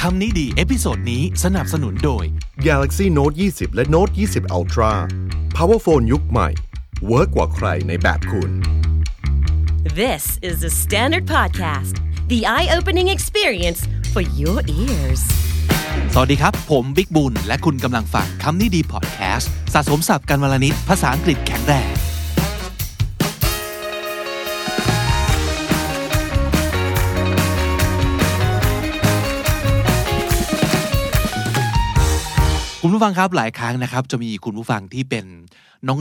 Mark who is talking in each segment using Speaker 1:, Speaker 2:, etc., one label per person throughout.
Speaker 1: คำนี้ดีเอพิโซดนี้สนับสนุนโดย
Speaker 2: Galaxy Note 20 และ Note 20 Ultra Power Phone ยุคใหม่เวิร์กกว่าใครในแบบคุณ
Speaker 3: This is the Standard Podcast, the eye opening experience for your ears.
Speaker 1: สวัสดีครับ ผมบิ๊กบุญ และคุณกำลังฟังคำนี้ดีพอดแคสต์สะสมสับกันวลนิดภาษาอังกฤษแข็งแรง คุณผู้ฟังครับหลายครั้งนะครับ จะมีคุณผู้ฟังที่เป็น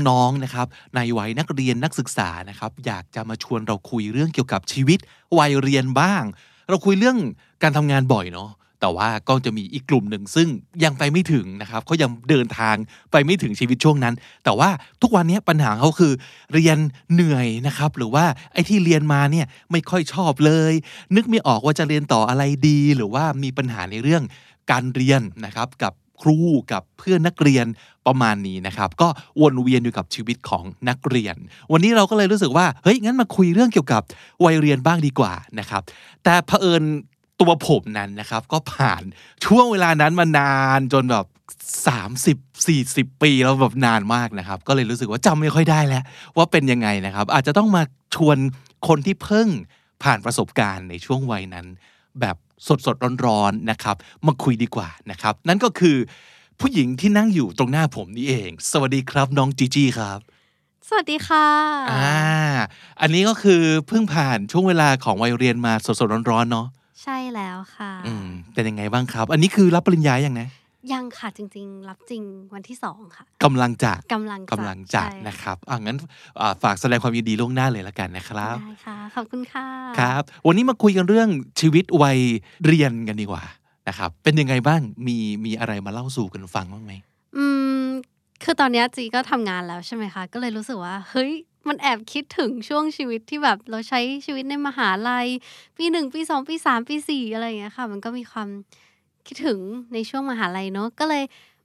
Speaker 1: น้องๆนะครับในวัยนักเรียนนักศึกษานะครับ อยากจะมาชวนเราคุยเรื่องเกี่ยวกับชีวิตวัยเรียนบ้าง เราคุยเรื่องการทำงานบ่อยเนาะแต่ว่าก็จะมีอีกกลุ่มหนึ่งซึ่งยังไปไม่ถึงนะครับเขายังเดินทางไปไม่ถึงชีวิตช่วงนั้น แต่ว่าทุกวันนี้ปัญหาเขาคือ เรียนเหนื่อยนะครับหรือว่าไอ้ที่เรียนมาเนี่ยไม่ค่อยชอบเลย นึกไม่ออกว่าจะเรียนต่ออะไรดี หรือว่ามีปัญหาในเรื่องการเรียนนะครับกับ ครูกับเพื่อนนักเรียนประมาณนี้นะครับ ก็วนเวียนอยู่กับชีวิตของนักเรียน วันนี้เราก็เลยรู้สึกว่าเฮ้ยงั้นมาคุยเรื่องเกี่ยวกับวัยเรียนบ้างดีกว่านะครับ แต่เผอิญตัวผมนั้นนะครับ ก็ผ่านช่วงเวลานั้นมานานจนแบบ 30 40 ปีแล้วแบบนานมากนะครับ ก็เลยรู้สึกว่าจำไม่ค่อยได้แล้ว ว่าเป็นยังไงนะครับ อาจจะต้องมาชวนคนที่เพิ่งผ่านประสบการณ์ในช่วงวัยนั้น แบบสดๆ ร้อนๆ นะครับ มาคุยดีกว่านะครับ นั่นก็คือ ผู้หญิงที่นั่งอยู่ตรงหน้าผมนี่เอง สวัสดีครับน้องจีจี้ครับ
Speaker 4: สวัสดีค่ะ
Speaker 1: อ่า อันนี้ก็คือเพิ่งผ่านช่วงเวลาของวัยเรียนมาสดๆ ร้อนๆ เนาะ
Speaker 4: ใช่แล้วค่ะ
Speaker 1: อืม เป็นยังไงบ้างครับ อันนี้คือรับปริญญาอย่างนะ
Speaker 4: ยังค่ะจริงๆ รับจริงวันที่สองค่ะ
Speaker 1: กำลังจะ
Speaker 4: กำลัง
Speaker 1: กำลังจะ
Speaker 4: ใช่
Speaker 1: นะครับอ่างั้นอ่าฝากแสดงความยินดีล่วงหน้าเลยละกันนะครับ
Speaker 4: ได้ค่ะ ขอบคุณค่ะ
Speaker 1: ครับ วันนี้มาคุยกันเรื่องชีวิตวัยเรียนกันดีกว่านะครับ เป็นยังไงบ้าง มีมีอะไรมาเล่าสู่กันฟังบ้างไหม
Speaker 4: อืมคือตอนเนี้ยจีก็ทำงานแล้วใช่ไหมคะ ก็เลยรู้สึกว่า เฮ้ย มันแอบคิดถึงช่วงชีวิตที่แบบเราใช้ชีวิตในมหาลัย ปีหนึ่งปีสองปีสามปีสี่อะไรอย่างเงี้ยค่ะ มันก็มีความคิดถึงในช่วงมหาลัยเนอะก็เลย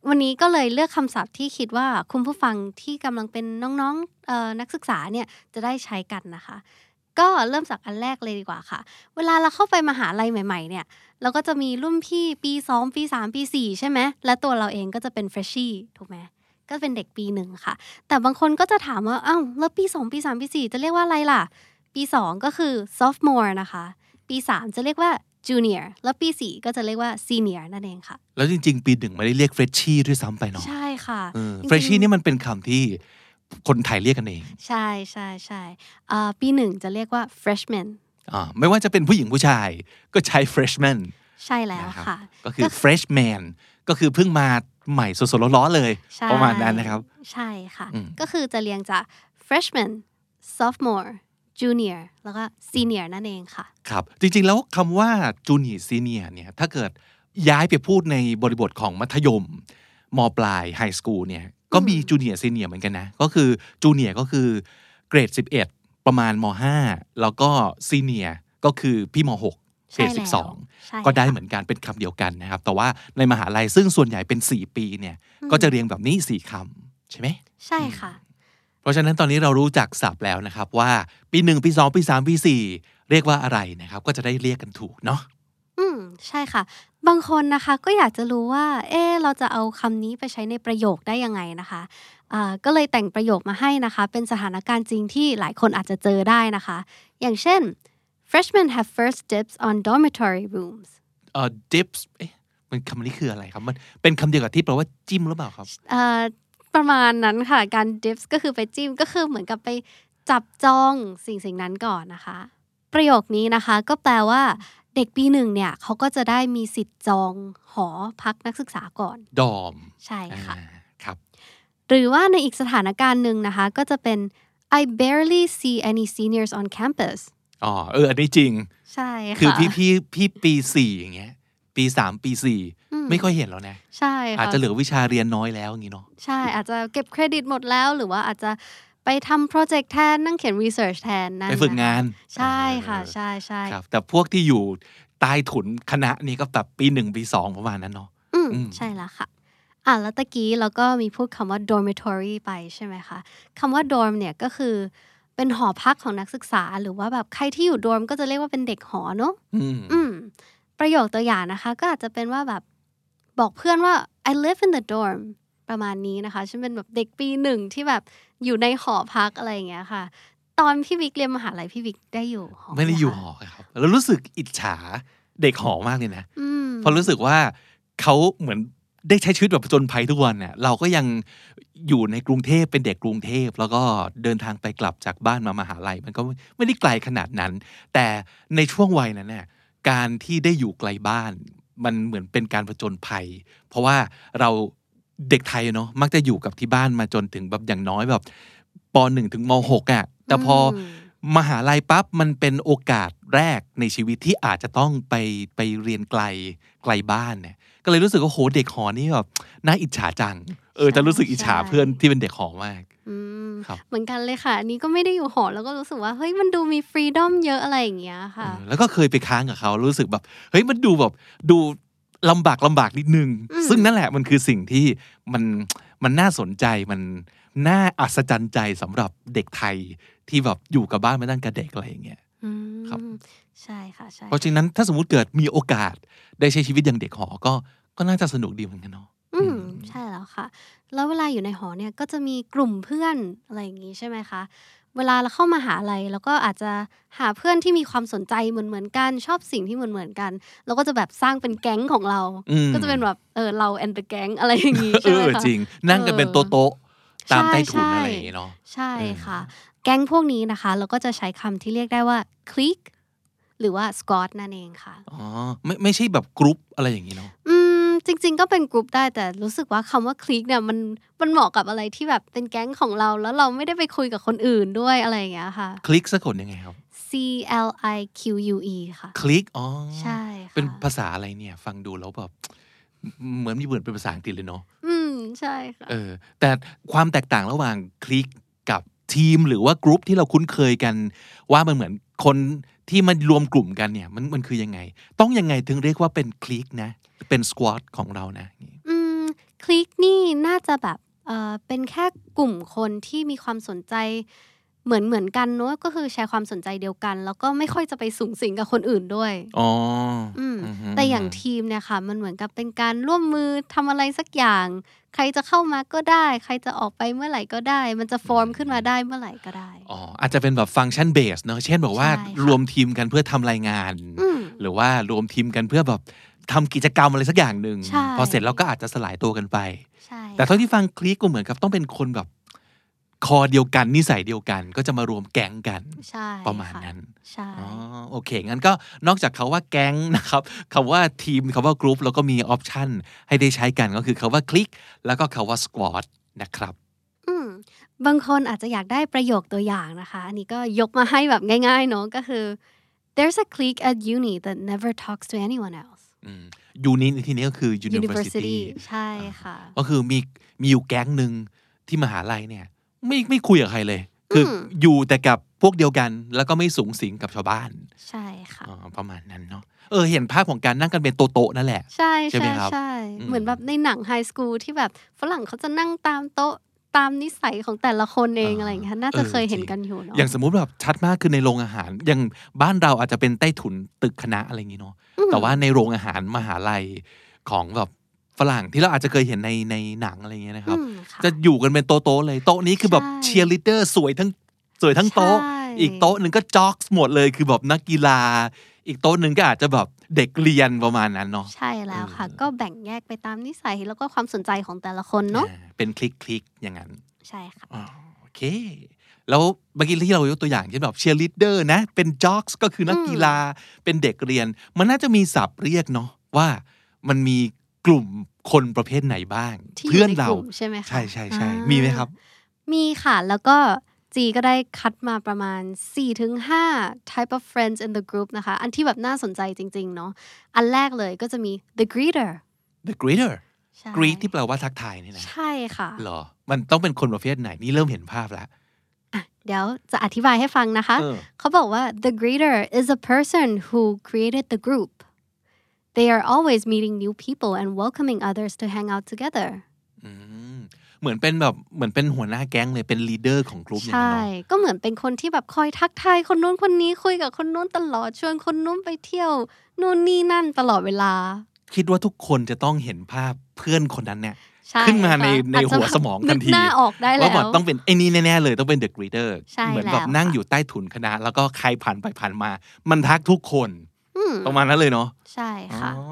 Speaker 4: วันนี้ก็เลยเลือกคำศัพท์ที่คิดว่าคุณผู้ฟังที่กำลังเป็นน้องๆเอ่อนักศึกษาเนี่ยจะได้ใช้กันนะคะ ก็เริ่มจากอันแรกเลยดีกว่าค่ะ เวลาเราเข้าไปมหาลัยใหม่ ๆเนี่ย เราก็จะมีรุ่นพี่ปี 2 ปี 3 ปี 4 ใช่ไหม และตัวเราเองก็จะเป็นเฟรชชี่ถูกไหม ก็เป็นเด็กปีหนึ่งค่ะ แต่บางคนก็จะถามว่า อ้าวแล้วปี 2 ปี 3 ปี 4 จะเรียกว่าอะไรล่ะ ปี 2 ก็คือ sophomore นะคะ ปี 3 จะเรียกว่า junior แล้วปี 4 ก็จะเรียกว่า senior นั่นเองค่ะ
Speaker 1: แล้วจริง ๆ ปีหนึ่งไม่ได้เรียกเฟรชชี่ด้วยซ้ำไปเนาะ
Speaker 4: ใช่ค่ะจงๆ
Speaker 1: เฟรชชี่นี่มันเป็นคำที่คนไทยเรียกกันเอง
Speaker 4: ใช่ใช่ใช่เอ่อปีหนึ่งจะเรียกว่า freshman
Speaker 1: อ่าไม่ว่าจะเป็นผู้หญิงผู้ชายก็ใช้ freshman
Speaker 4: ใช่แล้ว
Speaker 1: นะครับ
Speaker 4: ค่ะ
Speaker 1: ก็คือ freshman ก็คือเพิ่งมาใหม่สดๆร้อนๆเลย
Speaker 4: ใช่
Speaker 1: ประมาณนั้นนะครับ
Speaker 4: ใช่ค่ะ
Speaker 1: อืม
Speaker 4: ก็คือจะเรียงจาก freshman sophomore junior แล้วก็ senior นั่นเองค่ะ
Speaker 1: ครับ จริงๆ แล้วคำว่า junior senior เนี่ยถ้าเกิดย้ายไปพูดในบริบทของมัธยมมปลายไฮสคูลเนี่ยก็มี junior senior เหมือนกันนะ ก็คือ junior ก็คือเกรด 11 ประมาณม 5 แล้วก็ senior ก็คือพี่ม 6 เก
Speaker 4: ใช่
Speaker 1: รด
Speaker 4: แล้วใช่
Speaker 1: 12 ก็ได้
Speaker 4: ค่ะ
Speaker 1: เหมือนกันเป็นคำเดียวกันนะครับ แต่ว่าในมหาลัยซึ่งส่วนใหญ่เป็น 4 ปีเนี่ยก็จะเรียงแบบนี้ 4คำใช่ไหม
Speaker 4: ใช่ค่ะ
Speaker 1: เพราะฉะนั้นตอนนี้เรารู้จักศัพท์แล้วนะครับว่าปี 1 ปี 2 ปี 3 ปี 4 เรียกว่าอะไรนะครับ ก็จะได้เรียกกันถูกเนาะ
Speaker 4: อืมใช่ค่ะ บางคนนะคะก็อยากจะรู้ว่า เอ๊ะเราจะเอาคำนี้ไปใช้ในประโยคได้ยังไงนะคะอ่าก็เลยแต่งประโยคมาให้นะคะ เป็นสถานการณ์จริงที่หลายคนอาจจะเจอได้นะคะ อย่างเช่น freshmen have first dibs on dormitory rooms
Speaker 1: เอ่อ dips เอ๊ะมันคำนี้คืออะไรครับ มันเป็นคำเดียวกับที่แปลว่าจิ้มหรือเปล่าครับ
Speaker 4: เอ่อประมาณนั้นค่ะ การ dips ก็คือไปจิ้มก็คือเหมือนกับไปจับจองสิ่งสิ่งนั้นก่อนนะคะ ประโยคนี้นะคะก็แปลว่าเด็กปีหนึ่งเนี่ยเขาก็จะได้มีสิทธิ์จองหอพักนักศึกษาก่อน
Speaker 1: ดอม
Speaker 4: ใช่ค่ะ
Speaker 1: อ่าครับ
Speaker 4: หรือว่าในอีกสถานการณ์หนึ่งนะคะ ก็จะเป็น I barely see any seniors on campus
Speaker 1: อ๋อ เออ อันนี้จริง
Speaker 4: ใช่ค่ะ
Speaker 1: คือพี่พี่พี่ปีสี่อย่างเงี้ย ปีสามปีสี่
Speaker 4: อืม
Speaker 1: ไม่ค่อยเห็นแล้วนะ
Speaker 4: ใช่ค่ะ
Speaker 1: อาจจะเหลือวิชาเรียนน้อยแล้วอย่างงี้เนาะ
Speaker 4: ใช่ อาจจะเก็บเครดิตหมดแล้ว หรือว่าอาจจะไปทำโปรเจกต์แทน นั่งเขียนรีเสิร์ชแทนนั่น
Speaker 1: ไปฝึกงาน
Speaker 4: ใช่ค่ะ
Speaker 1: เออ
Speaker 4: ใช่ใช่
Speaker 1: ครับ แต่พวกที่อยู่ใต้ถุนคณะนี่ก็แบบปีหนึ่งปีสองประมาณนั้นเนาะ
Speaker 4: อืม
Speaker 1: อืม
Speaker 4: ใช่แล้วค่ะ อ่ะ แล้วตะกี้เราก็มีพูดคำว่า dormitory ไปใช่ไหมคะคำว่า dorm เนี่ยก็คือเป็นหอพักของนักศึกษา หรือว่าแบบใครที่อยู่ dorm ก็จะเรียกว่าเป็นเด็กหอเนอะ
Speaker 1: อืม
Speaker 4: อืม ประโยคตัวอย่างนะคะ ก็อาจจะเป็นว่าแบบบอกเพื่อนว่า I live in the dorm ประมาณนี้นะคะ ฉันเป็นแบบเด็กปีหนึ่งที่แบบอยู่ในหอพักอะไรอย่างเงี้ยค่ะ ตอนพี่บิ๊กเรียนมหาลัยพี่บิ๊กได้อยู่หอ
Speaker 1: ไม่ได้
Speaker 4: หคะ
Speaker 1: อยู่หอครับแล้วรู้สึกอิจฉาเด็กหอมากเลยนะ
Speaker 4: อืม
Speaker 1: เพราะรู้สึกว่าเขาเหมือนได้ใช้ชีวิตแบบผจญภัยทุกวันเนี่ยเราก็ยังอยู่ในกรุงเทพเป็นเด็กกรุงเทพ แล้วก็เดินทางไปกลับจากบ้านมามหาลัย มันก็ไม่ได้ไกลขนาดนั้น แต่ในช่วงวัยนั้นเนี่ยการที่ได้อยู่ไกลบ้าน มันเหมือนเป็นการผจญภัย เพราะว่าเราเด็กไทยเนาะมักจะอยู่กับที่บ้านมาจนถึงแบบอย่างน้อยแบบปหนึ่งถึงมหกอ่ะแต่พออ
Speaker 4: ม
Speaker 1: มหาลัยปั๊บมันเป็นโอกาสแรกในชีวิตที่อาจจะต้องไปไปเรียนไกลไกลบ้านเนี่ยก็เลยรู้สึกว่าโหเด็กหอนี่แบบน่าอิจฉาจังเออ
Speaker 4: ใช่
Speaker 1: จะรู้สึกอิจฉา
Speaker 4: ใช่
Speaker 1: เพื่อนที่เป็นเด็กหอมาก
Speaker 4: อืม
Speaker 1: ครับ
Speaker 4: เหมือนกันเลยค่ะ อันนี้ก็ไม่ได้อยู่หอแล้วก็รู้สึกว่า เฮ้ยมันดูมีฟรีดอมเยอะอะไรอย่างเงี้ยค่ะ
Speaker 1: เออแล้วก็เคยไปค้างกับเขารู้สึกแบบเฮ้ยมันดูแบบดูลำบากลำบากนิดนึง
Speaker 4: อืม
Speaker 1: ซึ่งนั่นแหละมันคือสิ่งที่มันมันน่าสนใจมันน่าอัศจรรย์ใจสำหรับเด็กไทยที่แบบอยู่กับบ้านมาตั้งแต่เด็กอะไรอย่างเงี้ย
Speaker 4: อืม
Speaker 1: ครับ
Speaker 4: ใช่ค่ะใช่
Speaker 1: เพราะฉะนั้นถ้าสมมติเกิดมีโอกาสได้ใช้ชีวิตอย่างเด็กหอก็ก็น่าจะสนุกดีเหมือนกันเนาะ
Speaker 4: อืม
Speaker 1: อืม
Speaker 4: ใช่แล้วค่ะ แล้วเวลาอยู่ในหอเนี่ยก็จะมีกลุ่มเพื่อนอะไรอย่างงี้ใช่ไหมคะ เวลาเราเข้ามาหาอะไรเราก็อาจจะหาเพื่อนที่มีความสนใจเหมือนเหมือนๆกันชอบสิ่งที่เหมือนเหมือนๆกันเราก็จะแบบสร้างเป็นแก๊งของเรา
Speaker 1: อืม
Speaker 4: ก็จะเป็นแบบเออเราแอนด์แก๊งอะไรอย่างงี้
Speaker 1: เอ
Speaker 4: ใช่ไหม
Speaker 1: อ
Speaker 4: คะ
Speaker 1: จริง นั่งกันเป็นโต๊ะๆตาม
Speaker 4: ใช่
Speaker 1: ใต้ถุนอะไร
Speaker 4: ใช่
Speaker 1: อย่างเงี้ยเนาะ
Speaker 4: ใช่
Speaker 1: เออ
Speaker 4: ค่ะ แก๊งพวกนี้นะคะ เราก็จะใช้คำที่เรียกได้ว่าคลิกหรือว่าสกอตนั่นเองค่ะ
Speaker 1: อ๋อไม่ไม่ใช่แบบกรุ๊ปอะไรอย่างงี้เนาะ
Speaker 4: อืม จริง ๆ ก็เป็นกลุ่มได้แต่รู้สึกว่าคำว่าคลิกเนี่ยมันมันเหมาะกับอะไรที่แบบเป็นแก๊งของเรา แล้วเราไม่ได้ไปคุยกับคนอื่นด้วยอะไรอย่างเงี้ยค่ะ
Speaker 1: คลิกสะกดยังไงครับ
Speaker 4: C L I Q U E ค่ะ
Speaker 1: คลิกอ๋อ
Speaker 4: ใช่ค่ะ
Speaker 1: เป็นภาษาอะไรเนี่ย ฟังดูแล้วแบบเหมือนมีเหมือนเป็นภาษาอังกฤษเลยเนาะ
Speaker 4: อืม ใช่ค่ะ
Speaker 1: เออ แต่ความแตกต่างระหว่างคลิกกับทีมหรือว่ากรุ๊ปที่เราคุ้นเคยกัน ว่ามันเหมือนคนที่มันรวมกลุ่มกันเนี่ย มันมันคือยังไง ต้องยังไงถึงเรียกว่าเป็นคลิกนะ เป็นสควอตของเรานะอย่างงี้
Speaker 4: อืมคลิกนี่น่าจะแบบเออเป็นแค่กลุ่มคนที่มีความสนใจเหมือนเหมือนกันเนอะก็คือแชร์ความสนใจเดียวกัน แล้วก็ไม่ค่อยจะไปสูงสิงกับคนอื่นด้วย
Speaker 1: อ๋อ
Speaker 4: อืม
Speaker 1: อืมฮึ
Speaker 4: แต่อย่างทีมเนี่ยค่ะ มันเหมือนกับเป็นการร่วมมือทำอะไรสักอย่าง ใครจะเข้ามาก็ได้ ใครจะออกไปเมื่อไหร่ก็ได้ มันจะฟอร์มขึ้นมาได้เมื่อไหร่ก็ได้
Speaker 1: อ๋ออาจจะเป็นแบบฟังก์ชันเบสเนอะเช่นแบบว่า
Speaker 4: ใช่ค่ะ
Speaker 1: รวมทีมกันเพื่อทำรายงาน
Speaker 4: อืม
Speaker 1: หรือว่ารวมทีมกันเพื่อแบบทำกิจกรรมอะไรสักอย่างหนึ่ง
Speaker 4: ใช่
Speaker 1: พอเสร็จแล้วก็อาจจะสลายตัวกันไป
Speaker 4: ใช่
Speaker 1: แต่เท่าที่ฟังคลิกก็เหมือนกับต้องเป็นคนแบบ คอเดียวกันนิสัยเดียวกัน ก็จะมารวมแก๊งกัน
Speaker 4: ใช่
Speaker 1: ประมาณ
Speaker 4: ค่
Speaker 1: นั้น
Speaker 4: ใช่
Speaker 1: อ๋อโอเค งั้นก็นอกจากคาว่าแก๊งนะครับคำว่าทีมคำว่ากรุ๊ปแล้วก็มีออปชันให้ได้ใช้กันก็คือคำว่าคลิกแล้วก็คำว่าสควอตนะครับ
Speaker 4: ืมบางคนอาจจะอยากได้ประโยคตัวอย่างนะคะ อันนี้ก็ยกมาให้แบบง่ายๆเนอะก็คือ there's a clique at uni that never talks to anyone else
Speaker 1: อืมยูนิตในที่นี้ก็คือ university
Speaker 4: ใช่ค่ะ
Speaker 1: ก็คือมีมีอยู่แก๊งหนึ่งที่มหาลัยเนี่ย ไม่ไม่คุยกับใครเลย คืออ
Speaker 4: ม
Speaker 1: อยู่แต่กับพวกเดียวกัน แล้วก็ไม่สูงสิงกับชาวบ้าน
Speaker 4: ใช่ค่ะ
Speaker 1: อ๋อประมาณนั้นเนาะเออเห็นภาพของการนั่งกันเป็นโต๊ะๆนั่นแหละ
Speaker 4: ใช่
Speaker 1: ใช่ไหม
Speaker 4: ใช่
Speaker 1: ครับ
Speaker 4: ใช่
Speaker 1: อืม
Speaker 4: เหมือนแบบในหนังไฮสคูลที่แบบฝรั่งเขาจะนั่งตามโต๊ะตามนิสัยของแต่ละคนเองอะไรอย่างเงี้ยน่าจะเคยเห็นกันอยู่เนาะ
Speaker 1: อย่างสมมุติแบบชัดมากคือในโรงอาหาร อย่างบ้านเราอาจจะเป็นใต้ถุนตึกคณะอะไรอย่างนี้เนาะ
Speaker 4: อืม
Speaker 1: แต่ว่าในโรงอาหารมหาลัยของแบบฝรั่งที่เราอาจจะเคยเห็นในในหนังอะไรอย่างเงี้ยนะครับ
Speaker 4: อืมค่
Speaker 1: จะอยู่กันเป็นโต๊ะๆเลย โต๊ะนี้คือแบบ
Speaker 4: ใช่
Speaker 1: เชียร์ลีดเดอร์สวยทั้งสวยทั้งโต๊ะ
Speaker 4: ใช่
Speaker 1: อีกโต๊ะหนึ่งก็จ็อกหมดเลยคือแบบนักกีฬา อีกโต๊ะหนึ่งก็อาจจะแบบเด็กเรียนประมาณนั้นเนาะ
Speaker 4: ใช่แล้วค่ะ ก็แบ่งแยกไปตามนิสัยแล้วก็ความสนใจของแต่ละคนเนาะ
Speaker 1: อ่าเป็นคลิกคลิกๆอย่างนั้น
Speaker 4: ใช่ค่ะ
Speaker 1: อ๋อโอเค แล้วเมื่อกี้ที่เรายกตัวอย่างเช่นแบบเชียร์ลีดเดอร์นะ เป็นจ็อกก็คือนักกีฬาเป็นเด็กเรียน มันน่าจะมีศัพท์เรียกเนาะว่ามันมีกลุ่มคนประเภทไหนบ้าง
Speaker 4: ที่ยู่
Speaker 1: เพื่อนเรา
Speaker 4: ใกลุ่มใช่ไหมคะ
Speaker 1: ใช่ใช่ใช่
Speaker 4: อ่า
Speaker 1: มีไหมครับ
Speaker 4: มีค่ะ แล้วก็จีก็ได้คัดมาประมาณ 4-5 type of friends in the group นะคะ อันที่แบบน่าสนใจจริง ๆ เนาะอันแรกเลยก็จะมี the greeter
Speaker 1: the greeter
Speaker 4: ใช่
Speaker 1: greet ที่แปลว่าทักทายเนี่ยนะ
Speaker 4: ใช่ค่ะ
Speaker 1: เหรอ มันต้องเป็นคนประเภทไหน นี่เริ่มเห็นภาพแล้ว
Speaker 4: เดี๋ยวจะอธิบายให้ฟังนะคะ
Speaker 1: เออ
Speaker 4: เขาบอกว่า the greeter is a person who created the group they are always meeting new people and welcoming others to hang out together
Speaker 1: อืม เหมือนเป็นแบบเหมือนเป็นหัวหน้าแก๊งเลยเป็นลีดเดอร์ของกลุ่มอย่าง
Speaker 4: ใช่
Speaker 1: นั้นเนาะ
Speaker 4: ก็เหมือนเป็นคนที่แบบคอยทักทายคนนู้นคนนี้คุยกับคนนู้นตลอดชวนคนนู้นไปเที่ยวนู่นนี่นั่นตลอดเวลา
Speaker 1: คิดว่าทุกคนจะต้องเห็นภาพเพื่อนคนนั้นเนี่ย
Speaker 4: ใช่
Speaker 1: ขึ้นมาใน
Speaker 4: ค่ะ
Speaker 1: ใน
Speaker 4: อาจจะ
Speaker 1: หัวสมองทันที
Speaker 4: กหน้าออกได้แล้ว
Speaker 1: ว่าแบบต้องเป็นไอ้นี่แน่ๆเลยต้องเป็นเดอะกรีเดอร์
Speaker 4: ใช่
Speaker 1: เหมืนแบบ
Speaker 4: แล้ว
Speaker 1: นั่ง
Speaker 4: ค่ะ
Speaker 1: อยู่ใต้ถุนคณะ แล้วก็ใครผ่านไปผ่านมา มันทักทุกคน
Speaker 4: อืม
Speaker 1: ประมาณนั้นเลยเนาะ
Speaker 4: ใช่ค่ะ
Speaker 1: อ๋อ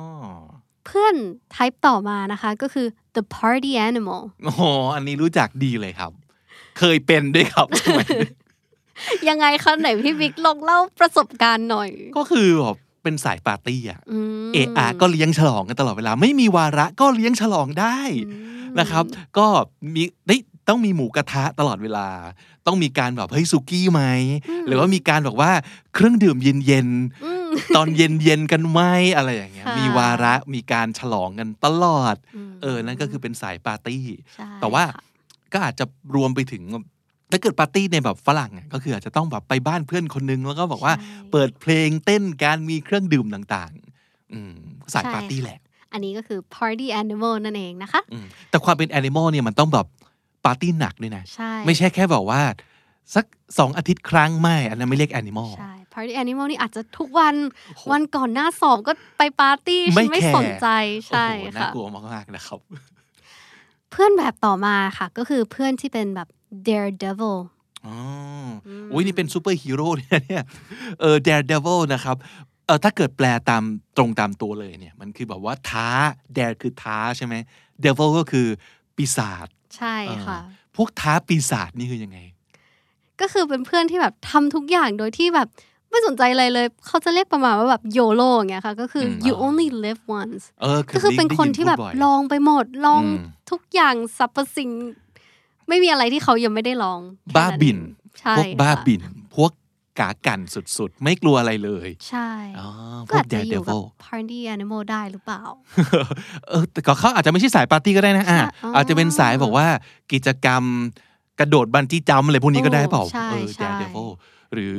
Speaker 4: เพื่อนไทป์ต่อมานะคะก็คือ the party animal
Speaker 1: โอ้โหอันนี้รู้จักดีเลยครับ เคยเป็นด้วยครับ สมัย
Speaker 4: ยังไงคะไหนพี่บิ๊กลองเล่าประสบการณ์หน่อย
Speaker 1: ก็คือแบบเป็นสายปาร์ตี้อะ
Speaker 4: ม
Speaker 1: เอะอะก็เลี้ยงฉลองกันตลอดเวลา ไม่มีวาระก็เลี้ยงฉลองได้
Speaker 4: อืม
Speaker 1: นะครับ ก็มีเฮ้ยต้องมีหมูกระทะตลอดเวลา ต้องมีการแบบเฮ้ยสุกี้ไหม
Speaker 4: อืม
Speaker 1: หรือว่ามีการแบบว่าเครื่องดื่มเย็น
Speaker 4: อืม
Speaker 1: ๆ ตอนเย็นๆ กันไหมอะไรอย่างเงี้ย
Speaker 4: ค่ะ
Speaker 1: มีวาระ มีการฉลองกันตลอด
Speaker 4: ม
Speaker 1: เออ นั่นก็คือเป็นสายปาร์ตี้
Speaker 4: ใช่
Speaker 1: แต่ว่า
Speaker 4: ค่ะ
Speaker 1: ก็อาจจะรวมไปถึงถ้าเกิดปาร์ตี้ในแบบฝรั่งอะก็คืออาจจะต้องแบบไปบ้านเพื่อนคนนึง แล้วก็บอกว่า
Speaker 4: ใช่
Speaker 1: เปิดเพลงเต้นการมีเครื่องดื่มต่างๆ อืมสาย
Speaker 4: ใช่
Speaker 1: ปาร์ตี้
Speaker 4: ค่ะ
Speaker 1: แหละ
Speaker 4: อันนี้ก็คือ party animal นั่นเองนะคะ
Speaker 1: อืมแต่ความเป็นแอนิมอลเนี่ยมันต้องแบบปาร์ตี้หนักด้วยนะ
Speaker 4: ใช่
Speaker 1: ไม่ใช่แค่แบบว่า สักสองอาทิตย์ครั้งไม่ อันนั้นไม่เรียกแอนิมอล
Speaker 4: ใช่ party animal นี่อาจจะทุกวันวันก่อนหน้าสอบก็ไปปาร์ตี้ฉัน
Speaker 1: ไม่
Speaker 4: ไม่
Speaker 1: แคร์
Speaker 4: สนใจใช่
Speaker 1: โอ้โหน่า
Speaker 4: ค่ะ
Speaker 1: กลัวมากๆนะครับ
Speaker 4: เพื่อนแบบต่อมาค่ะ ก็คือเพื่อนที่เป็นแบบ daredevil
Speaker 1: อ๋ออ
Speaker 4: ม
Speaker 1: อุ้ยนี่เป็นซูเปอร์ฮีโร่ เนี่ยเนี่ยเออ Daredevil นะครับเออถ้าเกิดแปลตามตรงตามตัวเลยเนี่ย มันคือแบบว่าท้า Dare คือท้าใช่ไหม Devil ก็คือปีศาจ
Speaker 4: ใช่ค่ะ
Speaker 1: เออพวกท้าปีศาจนี่คือยังไง
Speaker 4: ก็คือเป็นเพื่อนที่แบบทำทุกอย่างโดยที่แบบไม่สนใจอะไรเลย เขาจะเรียกประมาณว่าแบบโยโลอย่างเงี้ยค่ะ ก็คืออ
Speaker 1: ม
Speaker 4: you
Speaker 1: อ๋อ
Speaker 4: only live once
Speaker 1: เออ
Speaker 4: ก็คือ
Speaker 1: ได้
Speaker 4: เป็นคน
Speaker 1: ได้ยิ
Speaker 4: ที่แบบ
Speaker 1: พูดอย
Speaker 4: ลองไปหมด ลอง
Speaker 1: อืม
Speaker 4: ทุกอย่างสรรพสิ่ง ไม่มีอะไรที่เขายังไม่ได้ลองแค่
Speaker 1: บ้าบิ่น
Speaker 4: ใช่
Speaker 1: พวกบ้า
Speaker 4: ค่ะ
Speaker 1: บิ่น พวกกากันสุดๆ ไม่กลัวอะไรเลย
Speaker 4: ใช่
Speaker 1: อ๋อ พ
Speaker 4: ก็
Speaker 1: วก
Speaker 4: อาจจะอยู่กับ
Speaker 1: Daredevil
Speaker 4: party animal ได้หรือเปล่า
Speaker 1: เออแต่ก็เขาอาจจะไม่ใช่สายปาร์ตี้ก็ได้นะอ่ะ
Speaker 4: ใช่อ๋ออ
Speaker 1: อาจจะเป็นสายบอกว่ากิจกรรมกระโดดบันจี้จัมป์อะไรพวกนี้ก็ได้เปล่า
Speaker 4: โอ้ใช่
Speaker 1: เออ
Speaker 4: ใช่
Speaker 1: แดเดวหรือ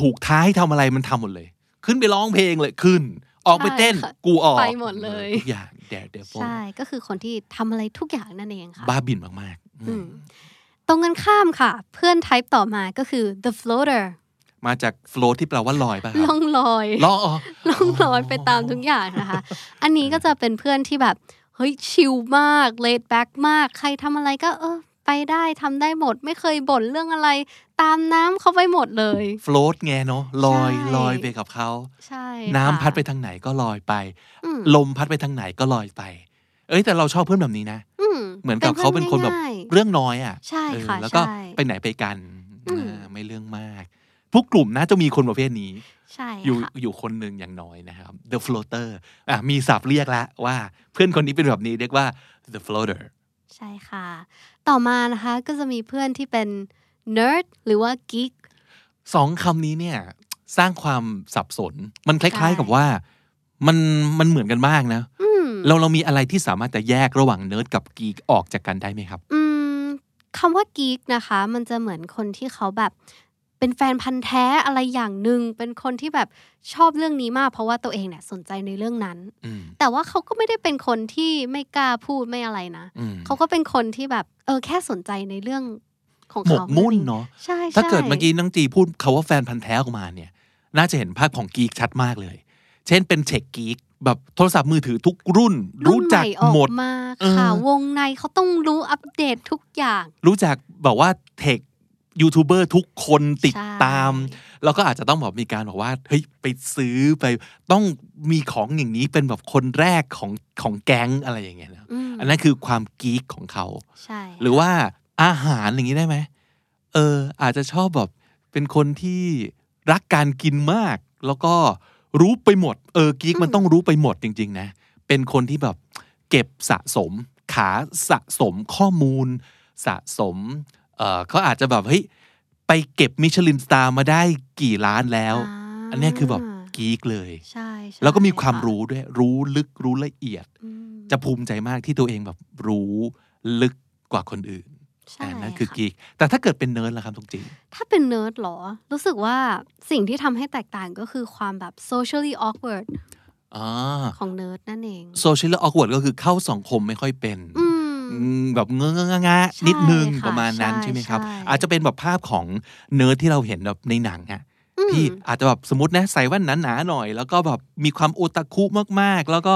Speaker 1: ถูกท้ายทำอะไรมันทำหมดเลย ขึ้นไปร้องเพลงเลยขึ้น ออกไปเต้น กูออก
Speaker 4: ไปหมดเลย
Speaker 1: ออทุกอย่างแดเดว
Speaker 4: ใช่ก็คือคนที่ทำอะไรทุกอย่างนั่นเองค่ะ
Speaker 1: บ้าบินมากๆอื
Speaker 4: อื
Speaker 1: ม
Speaker 4: มตรงกันข้ามค่ะ เพื่อน type ต่อมาก็คือ the floater
Speaker 1: มาจากโฟล์ที่แปลว่าลอยป่ะครับ
Speaker 4: ล่องลอย
Speaker 1: ลองอ๋อ
Speaker 4: ล่องลอยไปตามทุกอย่างนะคะ อันนี้ก็จะเป็นเพื่อนที่แบบ เฮ้ย ชิลมาก เลดแบ็กมาก ใครทำอะไรก็เออ ไปได้ทำได้หมด ไม่เคยบ่นเรื่องอะไร ตามน้ำเขาไปหมดเลย
Speaker 1: โฟลต์ไงเนาะลอย
Speaker 4: ใช่
Speaker 1: ลอยไปกับเขา
Speaker 4: ใช่
Speaker 1: น้ำ
Speaker 4: ค่ะ
Speaker 1: พัดไปทางไหนก็ลอยไป
Speaker 4: อืม
Speaker 1: ลมพัดไปทางไหนก็ลอยไป เอ้ยแต่เราชอบเพื่อนแบบนี้นะ
Speaker 4: อื
Speaker 1: เหมือนกับเขาเป็นคนแบบ
Speaker 4: ง่ายๆ
Speaker 1: เรื่องน้อยอ่ะ
Speaker 4: ใช่ค่ะ
Speaker 1: เออแล้วก็
Speaker 4: ใช่
Speaker 1: ไปไหนไปกัน
Speaker 4: อืม
Speaker 1: อ่าไม่เรื่องมาก พวกกลุ่มน่าจะมีคนประเภทนี้
Speaker 4: ใช่
Speaker 1: อยู่
Speaker 4: ค่ะ
Speaker 1: อยู่คนหนึ่งอย่างน้อยนะครับ the floater อ่ะมีศัพท์เรียกแล้วว่าเพื่อนคนนี้เป็นแบบนี้เรียกว่า the floater
Speaker 4: ใช่ค่ะ ต่อมานะคะก็จะมีเพื่อนที่เป็น nerd หรือว่า geek
Speaker 1: สองคำนี้เนี่ยสร้างความสับสน มันคล้าย
Speaker 4: ใช่
Speaker 1: ๆกับว่ามันมันเหมือนกันมากนะ
Speaker 4: อืม
Speaker 1: เราเรามีอะไรที่สามารถจะแยกระหว่างเนิร์ดกับกีกออกจากกันได้ไหมครับ
Speaker 4: อืมคำว่ากีกนะคะ มันจะเหมือนคนที่เขาแบบเป็นแฟนพันธ์แท้อะไรอย่างหนึ่งเป็นคนที่แบบชอบเรื่องนี้มาก เพราะว่าตัวเองเนี่ยสนใจในเรื่องนั้น
Speaker 1: อืม
Speaker 4: แต่ว่าเขาก็ไม่ได้เป็นคนที่ไม่กล้าพูดไม่อะไรนะ
Speaker 1: อืม
Speaker 4: เขาก็เป็นคนที่แบบเออแค่สนใจในเรื่องของ
Speaker 1: หม
Speaker 4: เขา
Speaker 1: กมุ่นเนาะ
Speaker 4: ใช่ใช่
Speaker 1: ถ้าเกิดเมื่อกี้น้องจีพูดคาว่าแฟนพันธ์แท้ออกมาเนี่ย น่าจะเห็นภาพของกีกชัดมากเลย เช่นเป็นเช็คกีกแบบโทรศัพท์มือถือทุกรุ่น
Speaker 4: รุ่
Speaker 1: รู้
Speaker 4: นให
Speaker 1: จัก
Speaker 4: ม่ออ
Speaker 1: หม
Speaker 4: ก
Speaker 1: ด
Speaker 4: มา
Speaker 1: เออ
Speaker 4: ค่ะ วงในเขาต้องรู้อัปเดตทุกอย่าง
Speaker 1: รู้จักแบบว่าเทคยูทูบเบอร์ทุกคนติด
Speaker 4: ใช่
Speaker 1: ตาม แล้วก็อาจจะต้องแบบมีการบอกว่าเฮ้ยไปซื้อไปต้องมีของอย่างนี้เป็นแบบคนแรกของของแก๊งอะไรอย่างเงี้ยนะ
Speaker 4: อืม
Speaker 1: อันนั้นคือความกีกของเขา
Speaker 4: ใช่
Speaker 1: หรือว่าอาหารอย่างนี้ได้ไหม เออ อาจจะชอบแบบเป็นคนที่รักการกินมาก แล้วก็รู้ไปหมด เออกิ๊กมันต้องรู้ไปหมดจริง ๆ นะ เป็นคนที่แบบเก็บสะสมขาสะสมข้อมูล สะสมเออเขาอาจจะแบบเฮ้ยไปเก็บมิชลินสตาร์มาได้กี่ล้านแล้ว
Speaker 4: า
Speaker 1: อันเนี้ยคือแบบกิ๊กเลย
Speaker 4: ใช่ใช่
Speaker 1: แล้วก็มีความ
Speaker 4: ะ
Speaker 1: รู้ด้วย รู้ลึกรู้ละเอียด
Speaker 4: อืม
Speaker 1: จะภูมิใจมากที่ตัวเองแบบรู้ลึกกว่าคนอื่น
Speaker 4: ใช่
Speaker 1: อ่านั่นคือ
Speaker 4: ค่ะ
Speaker 1: กีกแต่ถ้าเกิดเป็นเนิร์ดล่ะครับตรงจี
Speaker 4: ถ้าเป็นเนิร์ดเหรอ รู้สึกว่าสิ่งที่ทำให้แตกต่างก็คือความแบบ socially awkward
Speaker 1: อ่า
Speaker 4: ของเนิร์ดนั่นเอง
Speaker 1: โซเชียลออกวดก็คือเข้าสังคมไม่ค่อยเป็น
Speaker 4: อืม
Speaker 1: อืมแบบเงอะงะงะ
Speaker 4: ใช่
Speaker 1: นิดนึง
Speaker 4: ค่ะ
Speaker 1: ประมาณนั้น
Speaker 4: ใช่
Speaker 1: ใช่ไหมครับ
Speaker 4: ใช่
Speaker 1: อาจจะเป็นแบบภาพของเนิร์ดที่เราเห็นแบบในหนังอะ
Speaker 4: อืม
Speaker 1: ที่อาจจะแบบสมมตินะใส่แว่นหนาๆหน่อย แล้วก็แบบมีความโอตาคุมากๆ แล้วก็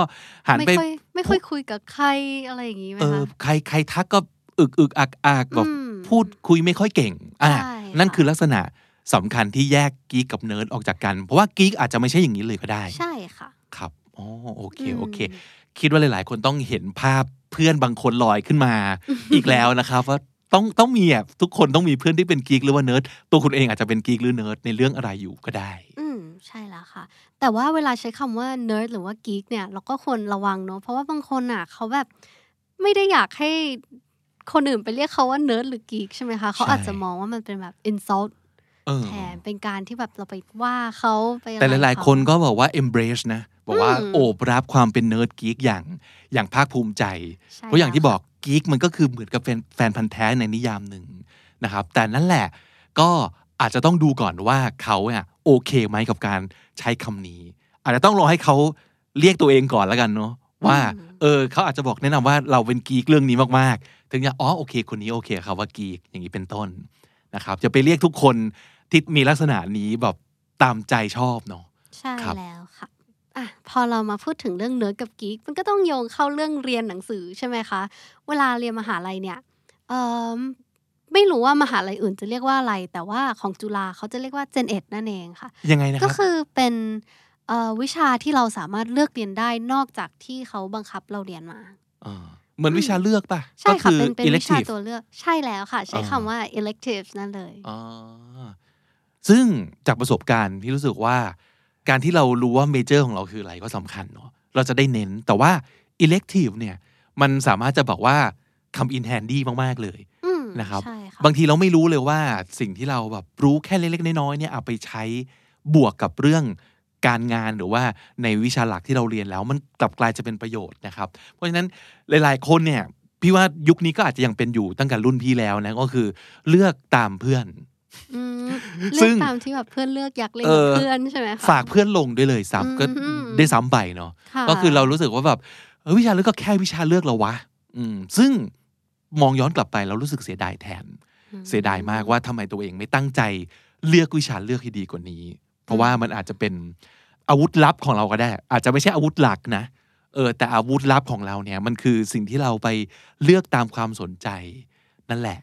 Speaker 1: หัน
Speaker 4: ไม่
Speaker 1: ไป
Speaker 4: ค่อยไม่ค่อยคุยกับใครอะไรอย่างนี้ไหม
Speaker 1: เออ
Speaker 4: คะ
Speaker 1: ใครใครทักก็อึกอึกอักอักแบบ
Speaker 4: อืม
Speaker 1: พูดคุยไม่ค่อยเก่งอ่ะ
Speaker 4: ใช่
Speaker 1: นั่น
Speaker 4: ค่ะ
Speaker 1: คือลักษณะสำคัญที่แยกกีกกับเนิร์ดออกจากกัน เพราะว่ากีกอาจจะไม่ใช่อย่างนี้เลยก็ได้
Speaker 4: ใช่ค่ะ
Speaker 1: ครับอ๋อโอเค
Speaker 4: ม
Speaker 1: โอเค คิดว่าหลาย ๆ คนต้องเห็นภาพเพื่อนบางคนลอยขึ้นมา อีกแล้วนะครับ ว่าต้องต้องมีอ่ะทุกคนต้องมีเพื่อนที่เป็นกีกหรือว่าเนิร์ดตัวคุณเองอาจจะเป็นกีกหรือเนิร์ดในเรื่องอะไรอยู่ก็ได้
Speaker 4: อืมใช่แล้วค่ะ แต่ว่าเวลาใช้คำว่า nerd หรือว่า geek เนี่ยเราก็ควรระวังเนาะเพราะว่าบางคนอ่ะเขาแบบไม่ได้อยากให้คนอื่นไปเรียกเขาว่า nerd หรือ geek ใช่ไหมคะเขาอาจจะมองว่ามันเป็นแบบ insult
Speaker 1: เออ
Speaker 4: แทนเป็นการที่แบบเราไปว่าเขาไปอะไร
Speaker 1: แต่หลาย
Speaker 4: เข
Speaker 1: ๆ คนก็บอกว่า embrace นะ บอกว่า
Speaker 4: อืม
Speaker 1: โอบรับความเป็นเนิร์ดกีกอย่างอย่างภาคภูมิใจ
Speaker 4: ใช่
Speaker 1: เพราะอย่างที่
Speaker 4: แล้ว
Speaker 1: บอกกีกมันก็คือเหมือนกับแฟนแฟนพันธ์แท้ในนิยามหนึ่งนะครับ แต่นั่นแหละก็อาจจะต้องดูก่อนว่าเขาเนี่ยโอเคไหมกับการใช้คำนี้ อาจจะต้องรอให้เขาเรียกตัวเองก่อนแล้วกันเนาะว่าเออเขาอาจจะบอกแนะนำว่าเราเป็นกีกเรื่องนี้มาก ๆ ถึงจะอ๋อโอเค คนนี้โอเคครับว่ากีกอย่างนี้เป็นต้นนะครับจะไปเรียกทุกคนที่มีลักษณะนี้แบบตามใจชอบเนาะ
Speaker 4: ใช่
Speaker 1: ครับ
Speaker 4: แล้วค่ะอ่ะ พอเรามาพูดถึงเรื่อง nerd กับ geek มันก็ต้องโยงเข้าเรื่องเรียนหนังสือใช่ไหมคะ เวลาเรียนมหาลัยเนี่ยเอิ่มไม่รู้ว่ามหาลัยอื่นจะเรียกว่าอะไร แต่ว่าของจุฬาเขาจะเรียกว่า Gen Ed นั่นเองค่ะ
Speaker 1: ยังไงนะค
Speaker 4: ก็
Speaker 1: รับ
Speaker 4: คือเป็นเอ่อวิชาที่เราสามารถเลือกเรียนได้นอกจากที่เขาบังคับเราเรียนมา
Speaker 1: อ่าเหมือนวิชาเลือกป่ะ
Speaker 4: ใช่ค่ะ
Speaker 1: ก็อ
Speaker 4: เป็นเป็นวิชา
Speaker 1: elective
Speaker 4: ตัวเลือกใช่แล้วค่ะ ใช้
Speaker 1: อ๋อ
Speaker 4: คำว่า elective นั่นเลย
Speaker 1: อ่าซึ่งจากประสบการณ์พี่รู้สึกว่า การที่เรารู้ว่าเมเจอร์ของเราคืออะไรก็สำคัญเนาะเราจะได้เน้นแต่ว่า elective เนี่ยมันสามารถจะบอกว่าคำ in handy มาก ๆ เลย
Speaker 4: อืม
Speaker 1: นะครับ
Speaker 4: ใช่ค่ะ
Speaker 1: บางทีเราไม่รู้เลยว่าสิ่งที่เราแบบรู้แค่เล็ก ๆ น้อยๆเนี่ยเอาไปใช้บวกกับเรื่องการงานหรือว่าในวิชาหลักที่เราเรียนแล้วมันกลับกลายจะเป็นประโยชน์นะครับ เพราะฉะนั้นหลายๆ คนเนี่ยพี่ว่ายุคนี้ก็อาจจะยังเป็นอยู่ตั้งแต่รุ่นพี่แล้วนะก็คือเลือกตามเพื่อน
Speaker 4: อืม
Speaker 1: ซึ่
Speaker 4: เลือ
Speaker 1: ง
Speaker 4: กตามที่แบบเพื่อนเลือกอยากเล่น
Speaker 1: เอ
Speaker 4: กับ
Speaker 1: อ
Speaker 4: เพื่อนใช่ไหมคะ
Speaker 1: ฝากเพื่อนลงด้วยเลยซ้ำก็
Speaker 4: อืม
Speaker 1: ได้ซ้ำไปเนาะก็คือเรารู้สึกว่าแบบเออวิชาเลือกก็แค่วิชาเลือกเราวะอืมซึ่งมองย้อนกลับไปเรารู้สึกเสียดายแทน
Speaker 4: อื
Speaker 1: เสียดายมากว่าทำไมตัวเองไม่ตั้งใจเลือกวิชาเลือกให้ดีกว่านี้ เพราะว่ามันอาจจะเป็นอาวุธลับของเราก็ได้ อาจจะไม่ใช่อาวุธหลักนะเออแต่อาวุธลับของเราเนี่ยมันคือสิ่งที่เราไปเลือกตามความสนใจนั่นแหละ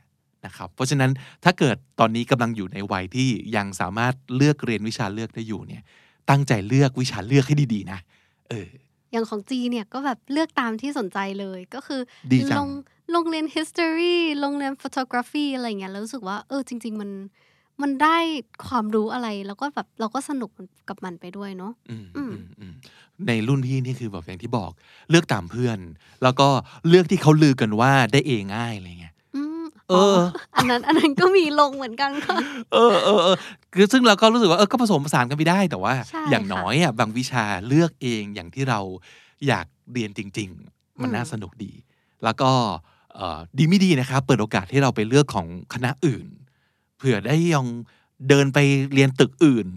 Speaker 1: นะครับ เพราะฉะนั้นถ้าเกิดตอนนี้กำลังอยู่ในวัยที่ยังสามารถเลือกเรียนวิชาเลือกได้อยู่เนี่ย ตั้งใจเลือกวิชาเลือกให้ดีๆนะเออ
Speaker 4: อย่างของจีเนี่ยก็แบบเลือกตามที่สนใจเลยก็คือ
Speaker 1: ดีจัง
Speaker 4: ลงลงเรียน history ลงเรียน photography อะไรอย่างเงี้ยแล้วรู้สึกว่าเออจริง ๆ มันมันได้ความรู้อะไรแล้วก็แบบเราก็สนุกกับมันไปด้วยเนาะ
Speaker 1: อืม
Speaker 4: อืม
Speaker 1: อืมอืมในรุ่นพี่นี่คือแบบอย่างที่บอกเลือกตามเพื่อน แล้วก็เลือกที่เขาลือกันว่าได้เอง่ายอะไรเงี้ย
Speaker 4: อืม
Speaker 1: เออ
Speaker 4: อันนั้นอันนั้นก็มีลงเหมือน กันค่ะ
Speaker 1: เออเออเออคือซึ่งเราก็รู้สึกว่าเออก็ผสมผสานกันไปได้ แต่ว่า
Speaker 4: ใช่
Speaker 1: อย่าง
Speaker 4: ค่ะ
Speaker 1: น้อยอ่ะบางวิชาเลือกเองอย่างที่เราอยากเรียนจริง ๆ มัน
Speaker 4: อืม
Speaker 1: น่าสนุกดี แล้วก็เอ่อดีไม่ดีนะครับ เปิดโอกาสให้เราไปเลือกของคณะอื่น เผื่อได้ยองเดินไปเรียนตึกอื่น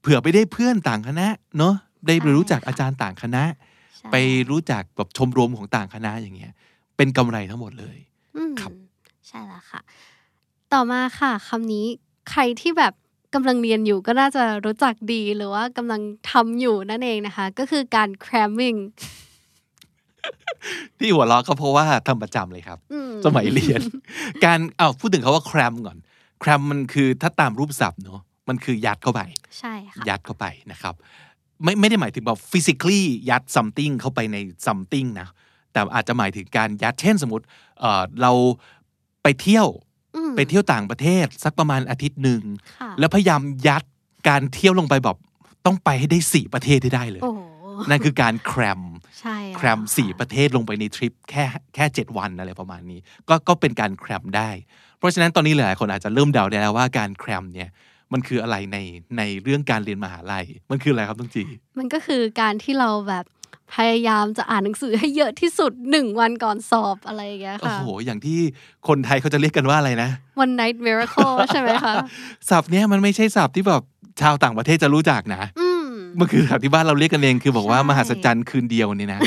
Speaker 1: เผื่อไปได้เพื่อนต่างคณะเนาะได้ไปรู้จักอาจารย์ต่างคณะ
Speaker 4: ใช่
Speaker 1: ไปรู้จักแบบชมรมของต่างคณะอย่างเงี้ย เป็นกำไรทั้งหมดเลย
Speaker 4: อืม
Speaker 1: ครับ
Speaker 4: ใช่แล้วค่ะ ต่อมาค่ะคำนี้ใครที่แบบกำลังเรียนอยู่ก็น่าจะรู้จักดีหรือว่ากำลังทำอยู่นั่นเองนะคะ ก็คือการ cramming
Speaker 1: ที่หัวเราะก็เพราะว่าทำประจำเลยครับ
Speaker 4: อื
Speaker 1: สมัยเรีย น การอ้าวพูดถึงเขาว่าแครมก่อนแครมมันคือถ้าตามรูปศัพท์เนาะมันคือยัดเข้าไป
Speaker 4: ใช่ค่ะ
Speaker 1: ยัดเข้าไปนะครับ ไม่ไม่ได้หมายถึงแบบ physically ยัด something เข้าไปใน something นะ แต่อาจจะหมายถึงการยัดเช่นสมมติเอ่อเราไปเที่ยว
Speaker 4: อืม
Speaker 1: ไปเที่ยวต่างประเทศ สักประมาณอาทิตย์หนึ่ง
Speaker 4: ค่ะ
Speaker 1: แล้วพยายามยัดการเที่ยวลงไปแบบต้องไปให้ได้สี่ประเทศให้ได้เลย
Speaker 4: โอ้โห
Speaker 1: นั่นคือการแครม
Speaker 4: ใช่ล้ว
Speaker 1: แครมสี่ประเทศลงไปในทริปแค่แค่เจ็ดวันอะไรประมาณนี้ ก็ก็เป็นการแครมได้ เพราะฉะนั้นตอนนี้หลายๆคนอาจจะเริ่มเดาได้แล้วว่าการแครมเนี่ยมันคืออะไรในในเรื่องการเรียนมหาลัย มันคืออะไรครับต้องจี
Speaker 4: มันก็คือการที่เราแบบพยายามจะอ่านหนังสือให้เยอะที่สุดหนึ่งวันก่อนสอบอะไรอย่างเงี้ย
Speaker 1: โอ้
Speaker 4: ค่ะ
Speaker 1: โห อย่างที่คนไทยเขาจะเรียกกันว่าอะไรนะ
Speaker 4: one night miracle ใช่ไหม คะ
Speaker 1: ศัพท์เนี้ยมันไม่ใช่ศัพท์ที่แบบชาวต่างประเทศจะรู้จักนะ
Speaker 4: อืม
Speaker 1: มันคือแบบที่บ้านเราเรียกกันเองคือบอกว่า
Speaker 4: ใช่
Speaker 1: มหัศจรรย์คืนเดียวนี่นะ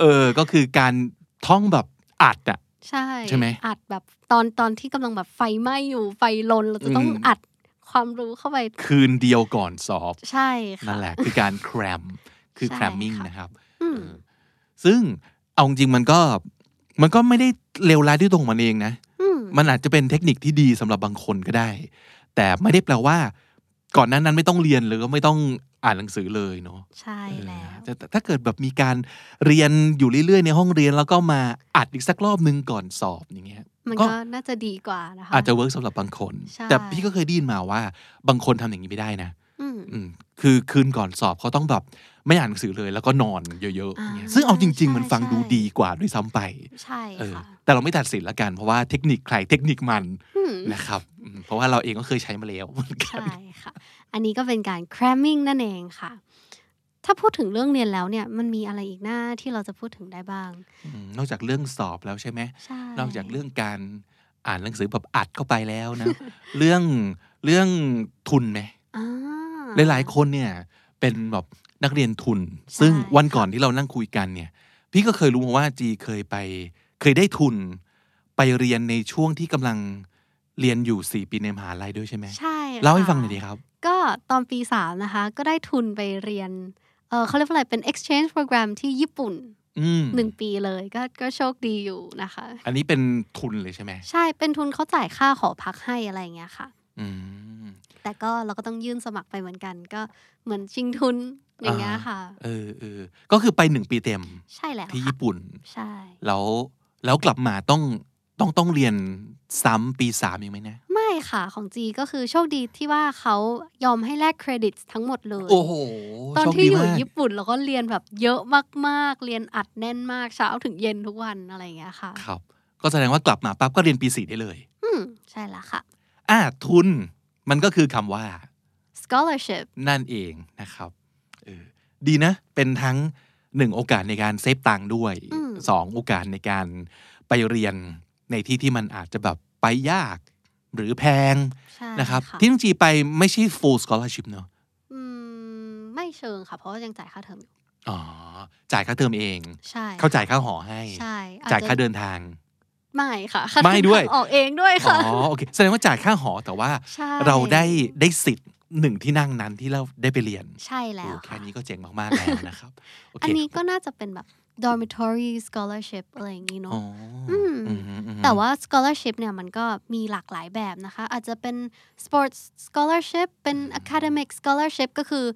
Speaker 1: เออ ก็คือการท่องแบบอัดอะ
Speaker 4: ใช่
Speaker 1: ใช่ไหม
Speaker 4: อัดแบบตอนตอนที่กำลังแบบไฟไหม้อยู่ไฟลนเราจะต้อง
Speaker 1: อืม
Speaker 4: อัดความรู้เข้าไป
Speaker 1: คืนเดียวก่อนสอบ
Speaker 4: ใช่ค่ะ
Speaker 1: นั่นแหละ คือการแครมคือ
Speaker 4: ใช่
Speaker 1: แครมมิ่ง
Speaker 4: ค่ะ
Speaker 1: นะครับ
Speaker 4: อืม
Speaker 1: เออซึ่งเอาจริงๆมันก็มันก็ไม่ได้เลวร้ายที่ตรงมันเองนะ
Speaker 4: อืม
Speaker 1: มันอาจจะเป็นเทคนิคที่ดีสำหรับบางคนก็ได้ แต่ไม่ได้แปลว่า ก่อนหนั้นนั้นไม่ต้องเรียนหรือก็ไม่ต้องอ่านหนังสือเลยเนาะ
Speaker 4: ใช่แล้ว
Speaker 1: แต่แต่ถ้าเกิดแบบมีการเรียนอยู่เรื่อยๆในห้องเรียนแล้วก็มาอัดอีกสักรอบหนึงก่อนสอบอย่างเงี้ย
Speaker 4: มัน
Speaker 1: ก็
Speaker 4: ก็น่าจะดีกว่านะคะ
Speaker 1: อาจจะเวิร์กสำหรับบางคน
Speaker 4: ใช่
Speaker 1: แต่พี่ก็เคยได้ยินมาว่า บางคนทำอย่างนี้ไม่ได้นะ
Speaker 4: อืม
Speaker 1: อืมคือคืนก่อนสอบเขาต้องแบบไม่อ่านหนังสือเลยแล้วก็นอนเยอะๆอย่างเงี้ย
Speaker 4: อ่า
Speaker 1: ซึ่งเอาจริง ๆ มัน
Speaker 4: ใช่
Speaker 1: ฟังดู
Speaker 4: ใช่
Speaker 1: ดีกว่าด้วยซ้ำไป
Speaker 4: ใช่
Speaker 1: เออ
Speaker 4: ค่ะ
Speaker 1: แต่เราไม่ตัดสินละกัน เพราะว่าเทคนิคใครเทคนิคมัน
Speaker 4: ม
Speaker 1: นะครับอืมเพราะว่าเราเองก็เคยใช้มาแล้วเหมือนกัน
Speaker 4: ใช่ค่ะ อันนี้ก็เป็นการ cramming นั่นเองค่ะ ถ้าพูดถึงเรื่องเรียนแล้วเนี่ย มันมีอะไรอีกหน้าที่เราจะพูดถึงได้บ้าง
Speaker 1: อืมนอกจากเรื่องสอบแล้วใช่ไหม
Speaker 4: ใช่
Speaker 1: นอกจากเรื่องการอ่านหนังสือแบบอัดเข้าไปแล้วนะ เรื่องเรื่องทุนไหม
Speaker 4: อ่า
Speaker 1: หลายๆคนเนี่ยเป็นแบบนักเรียนทุน ซึ่ง
Speaker 4: ใช่
Speaker 1: วันก่อนที่เรานั่งคุยกันเนี่ย พี่ก็เคยรู้มาว่าจีเคยไป เคยได้ทุน ไปเรียนในช่วงที่กำลังเรียนอยู่สี่ปีในมหาลัยด้วยใช่ไหม
Speaker 4: ใช่ค่ะ
Speaker 1: เล่าให้ฟังหน่อยดีครับ
Speaker 4: ก็ตอนปีสามนะคะ ก็ได้ทุนไปเรียนเออเขาเรียกว่าอะไรเป็น exchange program ที่ญี่ปุ่น
Speaker 1: อืม
Speaker 4: หนึ่งปีเลยก็ก็โชคดีอยู่นะคะ
Speaker 1: อันนี้เป็นทุนเลยใช่ไหม
Speaker 4: ใช่เป็นทุนเขาจ่ายค่าหอพักให้อะไรอย่างเงี้ยค่ะ
Speaker 1: อืม
Speaker 4: แต่ก็เราก็ต้องยื่นสมัครไปเหมือนกัน ก็เหมือนชิงทุนอย่างเงี้ย
Speaker 1: อ่า
Speaker 4: ค่ะ
Speaker 1: เออเออก็คือไปหนึ่งปีเต็ม
Speaker 4: ใช่แล้ว
Speaker 1: ที่
Speaker 4: ค่ะ
Speaker 1: ญี่ปุ่น
Speaker 4: ใช่
Speaker 1: แล้วแล้วกลับมาต้องต้องต้องเรียนซ้ำปีสามอีกไหมนะ
Speaker 4: ไม่ค่ะของจีก็คือโชคดีที่ว่าเขายอมให้แลกเครดิตทั้งหมดเลย
Speaker 1: โอ้โห
Speaker 4: ตอน
Speaker 1: โชค
Speaker 4: ที่
Speaker 1: ดี
Speaker 4: อยู่
Speaker 1: มาก
Speaker 4: ญี่ปุ่นเราก็เรียนแบบเยอะมากๆ เรียนอัดแน่นมากเช้าถึงเย็นทุกวันอะไรอย่างเงี้ยค่ะ
Speaker 1: ครับ ก็แสดงว่ากลับมาปั๊บก็เรียนปีสี่ได้เลย
Speaker 4: อืมใช่แล้วค่ะ
Speaker 1: อ่ะทุนมันก็คือคำว่า
Speaker 4: scholarship
Speaker 1: นั่นเองนะครับเออดีนะ เป็นทั้งหนึ่งโอกาสในการเซฟตังค์ด้วย
Speaker 4: อืม
Speaker 1: สองโอกาสในการไปเรียนในที่ที่มันอาจจะแบบไปยากหรือแพง
Speaker 4: ใช่
Speaker 1: นะครับ ที่น้องจีไปไม่ใช่ full scholarship เนอะ
Speaker 4: อืมไม่เชิงค่ะ เพราะว่ายังจ่ายค่าเทอมอยู่
Speaker 1: อ๋อ จ่ายค่าเทอมเอง
Speaker 4: ใช่
Speaker 1: เขาจ่ายค่าหอให้
Speaker 4: ใช่
Speaker 1: จ่ายค่า
Speaker 4: อจจะ
Speaker 1: เดินทาง
Speaker 4: ไม่ค่ะค่า
Speaker 1: ไม่ด้วย
Speaker 4: เทอออกเองด้วย
Speaker 1: อ๋
Speaker 4: ค่ะ
Speaker 1: อโอเคแสดงว่าจ่ายค่าหอแต่ว่า
Speaker 4: ใช่
Speaker 1: เราได้ได้สิทธิ์หนึ่งที่นั่งนั้นที่เราได้ไปเรียน
Speaker 4: ใช่แล้
Speaker 1: โอ้
Speaker 4: ว
Speaker 1: แค่
Speaker 4: ค่ะ
Speaker 1: นี้ก็เจ๋งมากๆแล้วนะครับโอเค
Speaker 4: อันนี้ก็น่าจะเป็นแบบ dormitory scholarship อะไรอย่างนี้เนาะ
Speaker 1: อ๋ออ
Speaker 4: ม
Speaker 1: อืมอืมอืม
Speaker 4: แต่ว่า scholarship เนี่ยมันก็มีหลากหลายแบบนะคะ อาจจะเป็น sports scholarship เป็น academic scholarship ก็คือ